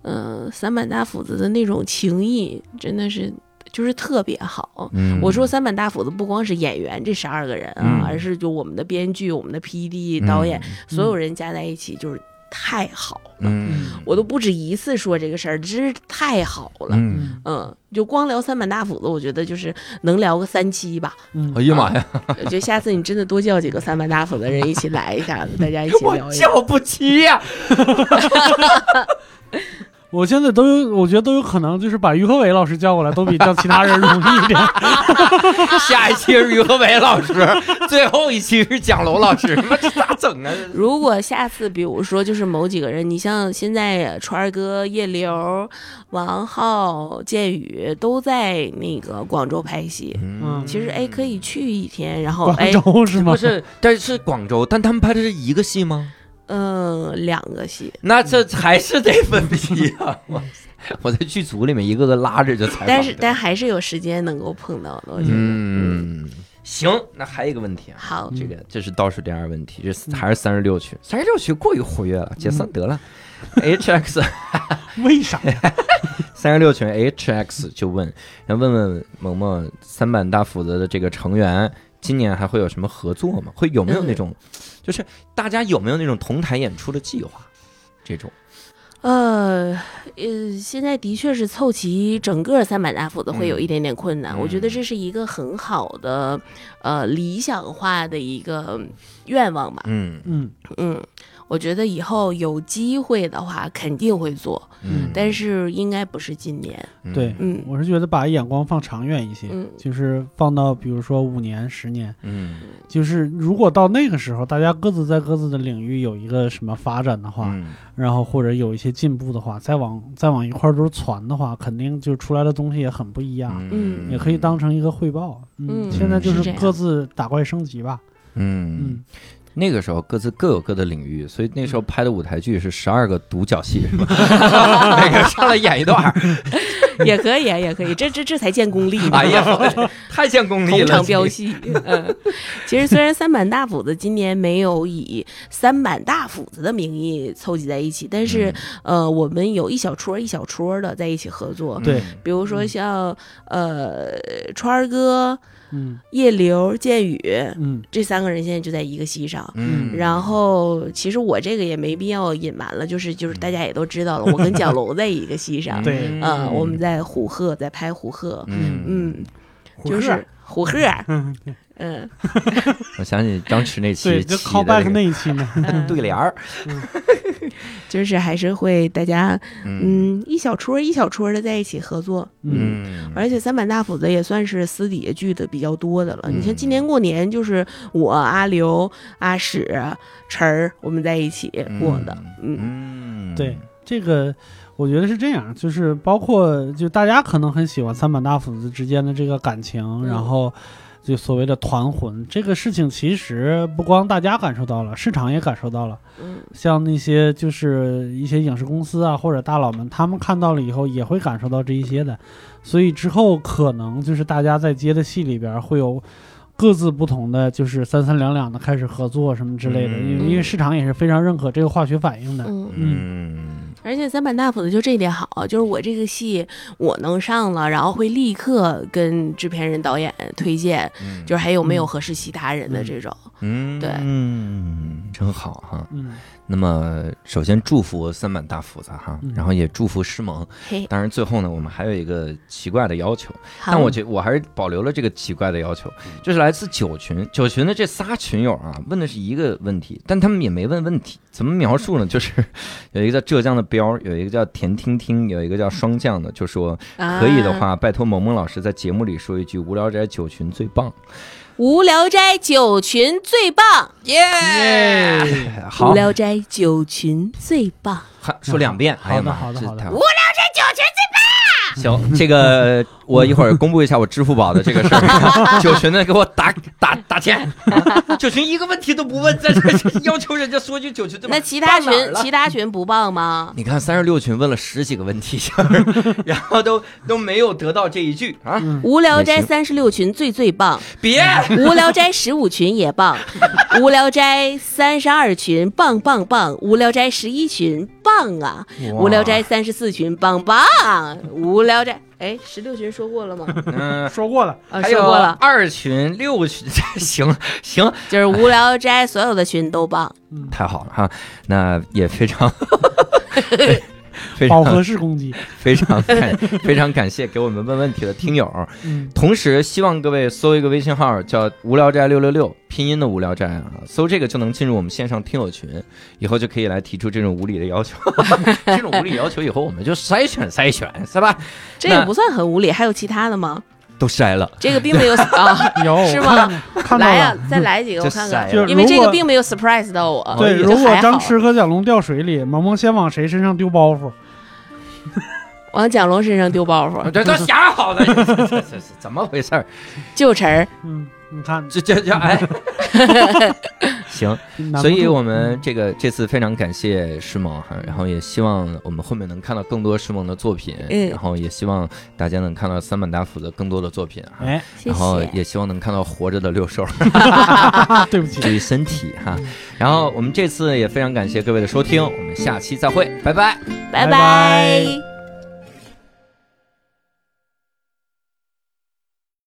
F: 嗯、三板大斧子的那种情谊，真的是就是特别好。
A: 嗯
F: 我说三板大斧子不光是演员这十二个人啊，
A: 嗯
F: 而是就我们的编剧、我们的 P D、导演，，所有人加在一起，就是太好了。
A: 嗯
F: 我都不止一次说这个事儿，真是太好了。嗯
A: 嗯，
F: 就光聊三板大斧子，我觉得就是能聊个三期吧。
C: 嗯
A: 哎，呀妈 呀，
F: 我觉得下次你真的多叫几个三板大斧的人一起来一下子，大家 一起聊一聊。
A: 叫不齐呀。
C: 我现在都有，我觉得都有可能，就是把于和伟老师叫过来，都比叫其他人容易一点。
A: 下一期是于和伟老师，最后一期是蒋龙老 师，这咋整啊？
F: 如果下次比如说就是某几个人，你像现在川儿哥、叶刘、王浩、剑宇都在那个广州拍戏，
C: 嗯
F: 其实哎可以去一天，然后
C: 广
F: 哎
C: 州是吗？
A: 不是，但是广州，但他们拍的是一个戏吗？
F: 嗯、两个戏，
A: 那这还是得分批啊！我 我在剧组里面一个个拉着就采访。
F: 但是但还是有时间能够碰到的，我觉得。
A: 嗯，行，那还有一个问题啊，
F: 好，
A: 这个这是倒数第二问题，这还是三十六区，三十六区过于活跃了，解散得 了。H X
C: 为啥？
A: 三十六群 H X 就问，想问问萌萌三板大斧子的这个成员，今年还会有什么合作吗？会有没有那种，
C: 嗯
A: 就是大家有没有那种同台演出的计划？这种，
F: 呃，呃，现在的确是凑齐整个三板大斧子会有
A: 嗯
F: 一点点困难，我觉得
A: 嗯
F: 这是一个很好的，呃，理想化的一个嗯愿望吧。
A: 嗯
C: 嗯
F: 嗯，我觉得以后有机会的话肯定会做，
A: 嗯
F: 但是应该不是今年。
C: 对
F: 嗯
C: 我是觉得把眼光放长远一些，
F: 嗯
C: 就是放到比如说五年、十年，
A: 嗯，
C: 就是如果到那个时候，大家各自在各自的领域有一个什么发展的话，
A: 嗯
C: 然后或者有一些进步的话，再往再往一块儿都传的话，肯定就出来的东西也很不一样，
F: 嗯
C: 也可以当成一个汇报。
F: 嗯
C: 现在就是
F: 这
C: 是
F: 样
C: 各自打怪升级吧。
A: 嗯，那个时候各自各有各的领域，所以那时候拍的舞台剧是十二个独角戏， 是吧每个上来演一段儿，
F: 嗯也可以，啊也可以，这这这才见功力呢。
A: 哎呀， 我太见功力
F: 同
A: 了，
F: 场飙戏，嗯，其实虽然三板大斧子今年没有以三板大斧子的名义凑集在一起，但是、呃，我们有一小撮儿一小撮儿的在一起合
A: 嗯
F: 作，
C: 对
F: 比如说像、呃川儿哥、
C: 嗯
F: 叶刘、剑宇
C: 嗯，
F: 这三个人现在就在一个戏上，
A: 嗯，
F: 然后，其实我这个也没必要隐瞒了，就是就是大家也都知道了，我跟蒋龙在一个戏上
C: 对
F: 嗯、我们在虎鹤在拍虎鹤，
A: 嗯
F: 嗯，就是虎 鹤，嗯，
A: 我想起张弛那期
C: 对，就
A: 起的
C: callback 那一期呢，
F: 嗯
A: 对联儿，
F: 就是还是会大家
A: 嗯
F: 嗯一小撮儿一小撮的在一起合作，
C: 嗯，
F: 而且三板大斧子也算是私底下聚的比较多的了。你像今
A: 嗯
F: 年过年，就是我阿刘、阿史、晨儿我们在一起过的，嗯
A: 嗯
C: 对这个。我觉得是这样，就是包括就大家可能很喜欢三板大斧子之间的这个感
F: 嗯
C: 情，然后就所谓的团魂这个事情，其实不光大家感受到了，市场也感受到了。
F: 嗯
C: 像那些就是一些影视公司啊或者大佬们，他们看到了以后也会感受到这一些的，所以之后可能就是大家在接的戏里边会有各自不同的，就是三三两两的开始合作什么之类的，
A: 嗯
C: 因为因为市场也是非常认可这个化学反应的。
F: 嗯，
A: 嗯，
F: 而且三板大斧的就这一点好，就是我这个戏我能上了，然后会立刻跟制片人、导演推荐，
A: 嗯
F: 就是还有没有合适其他人的这种。
A: 嗯
F: 对
A: 嗯，真好哈。
C: 嗯，
A: 那么首先祝福三板大斧子哈
C: 嗯，
A: 然后也祝福师萌。
F: 嘿，
A: 当然最后呢，我们还有一个奇怪的要求，
F: 好
A: 但我觉我还是保留了这个奇怪的要求，就是来自九群九群的这仨群友啊，问的是一个问题，但他们也没问问题，怎么描述呢？就是 有一个叫浙江的彪儿，有一个叫田听听，有一个叫霜降的，就说可以的
F: 啊，
A: 话，拜托萌萌老师在节目里说一句“无聊斋九群最棒
F: 无聊斋九群最棒，”，
A: 耶，好
F: 无，聊斋九群最棒，
A: 还说两遍，
C: 好的
A: 哎呀妈，
C: 嗯好的好的
A: 这太
C: 无
A: 好了。
F: 啊
A: 行，这个我一会儿公布一下我支付宝的这个事 儿。九群的给我打打打钱，九群一个问题都不问，在这儿要求人家说句九群对吧
F: 那其他群
A: 到哪儿了
F: 其他群不棒吗？
A: 你看三十六群问了十几个问题，然后都都没有得到这一句啊！
C: 嗯
F: 无聊斋
A: 也行
F: 三十六群最 最棒，
A: 别
F: 无聊斋十五群 也棒，无聊斋三十二群棒棒棒，无聊斋十一群棒啊，无聊斋，三十四群棒棒，无聊斋哎十六群说过了 吗？
A: 嗯，
B: 说过了，
F: 啊，
A: 还
F: 说
A: 有
F: 过了，
A: 二群、六群， 行行，
F: 就是无聊斋所有的群都棒，
A: 太好了哈！那也非 常 非
C: 饱
A: 常
C: 和式攻击。
A: 非常感 非常感谢给我们问问题的听友，
C: 嗯，
A: 同时希望各位搜一个微信号叫“无聊斋六六六”，拼音的无聊斋啊，搜这个就能进入我们线上听友群，以后就可以来提出这种无理的要 求。这种无理要求以后我们就筛选筛选，是吧？
F: 这也
A: 那
F: 不算很无理，还有其他的吗？
A: 都筛了，
F: 这个并 没有啊，
C: 有
A: 哦
F: 是
C: 我看
F: 吗
C: 看到
F: 来呀
C: 了。，
F: 再来几个我
A: 就
F: 看
A: 塞
F: 看
A: 了就，
F: 因为
C: 如
F: 这
C: 果
F: 个并没有 surprise 到我。
C: 嗯对，
A: 也
C: 如
F: 就
C: 果
F: 还好
C: 张弛和蒋龙掉水里，萌萌先往谁身上丢包袱？
F: 往蒋龙身上丢包 袱，
A: 这都想好的， 这这这这怎么回事儿？
F: 就晨儿
C: 嗯，你看，
A: 这这这 哎，行。
C: 难
A: 所
C: 不
A: 以，
C: 住
A: 我们这个这次非常感谢诗萌哈，然后也希望我们后面能看到更多诗萌的作品，
F: 嗯
A: 然后也希望大家能看到三板大斧的更多的作品哈，
C: 哎，
F: 谢
A: 然后
F: 谢。
A: 也希望能看到活着的六兽，
C: 啊，对不起
A: 注，意身体哈。然后我们这次也非常感谢各位的收听，我们下期再会，拜拜。
C: 拜
F: 拜
C: 拜
F: 拜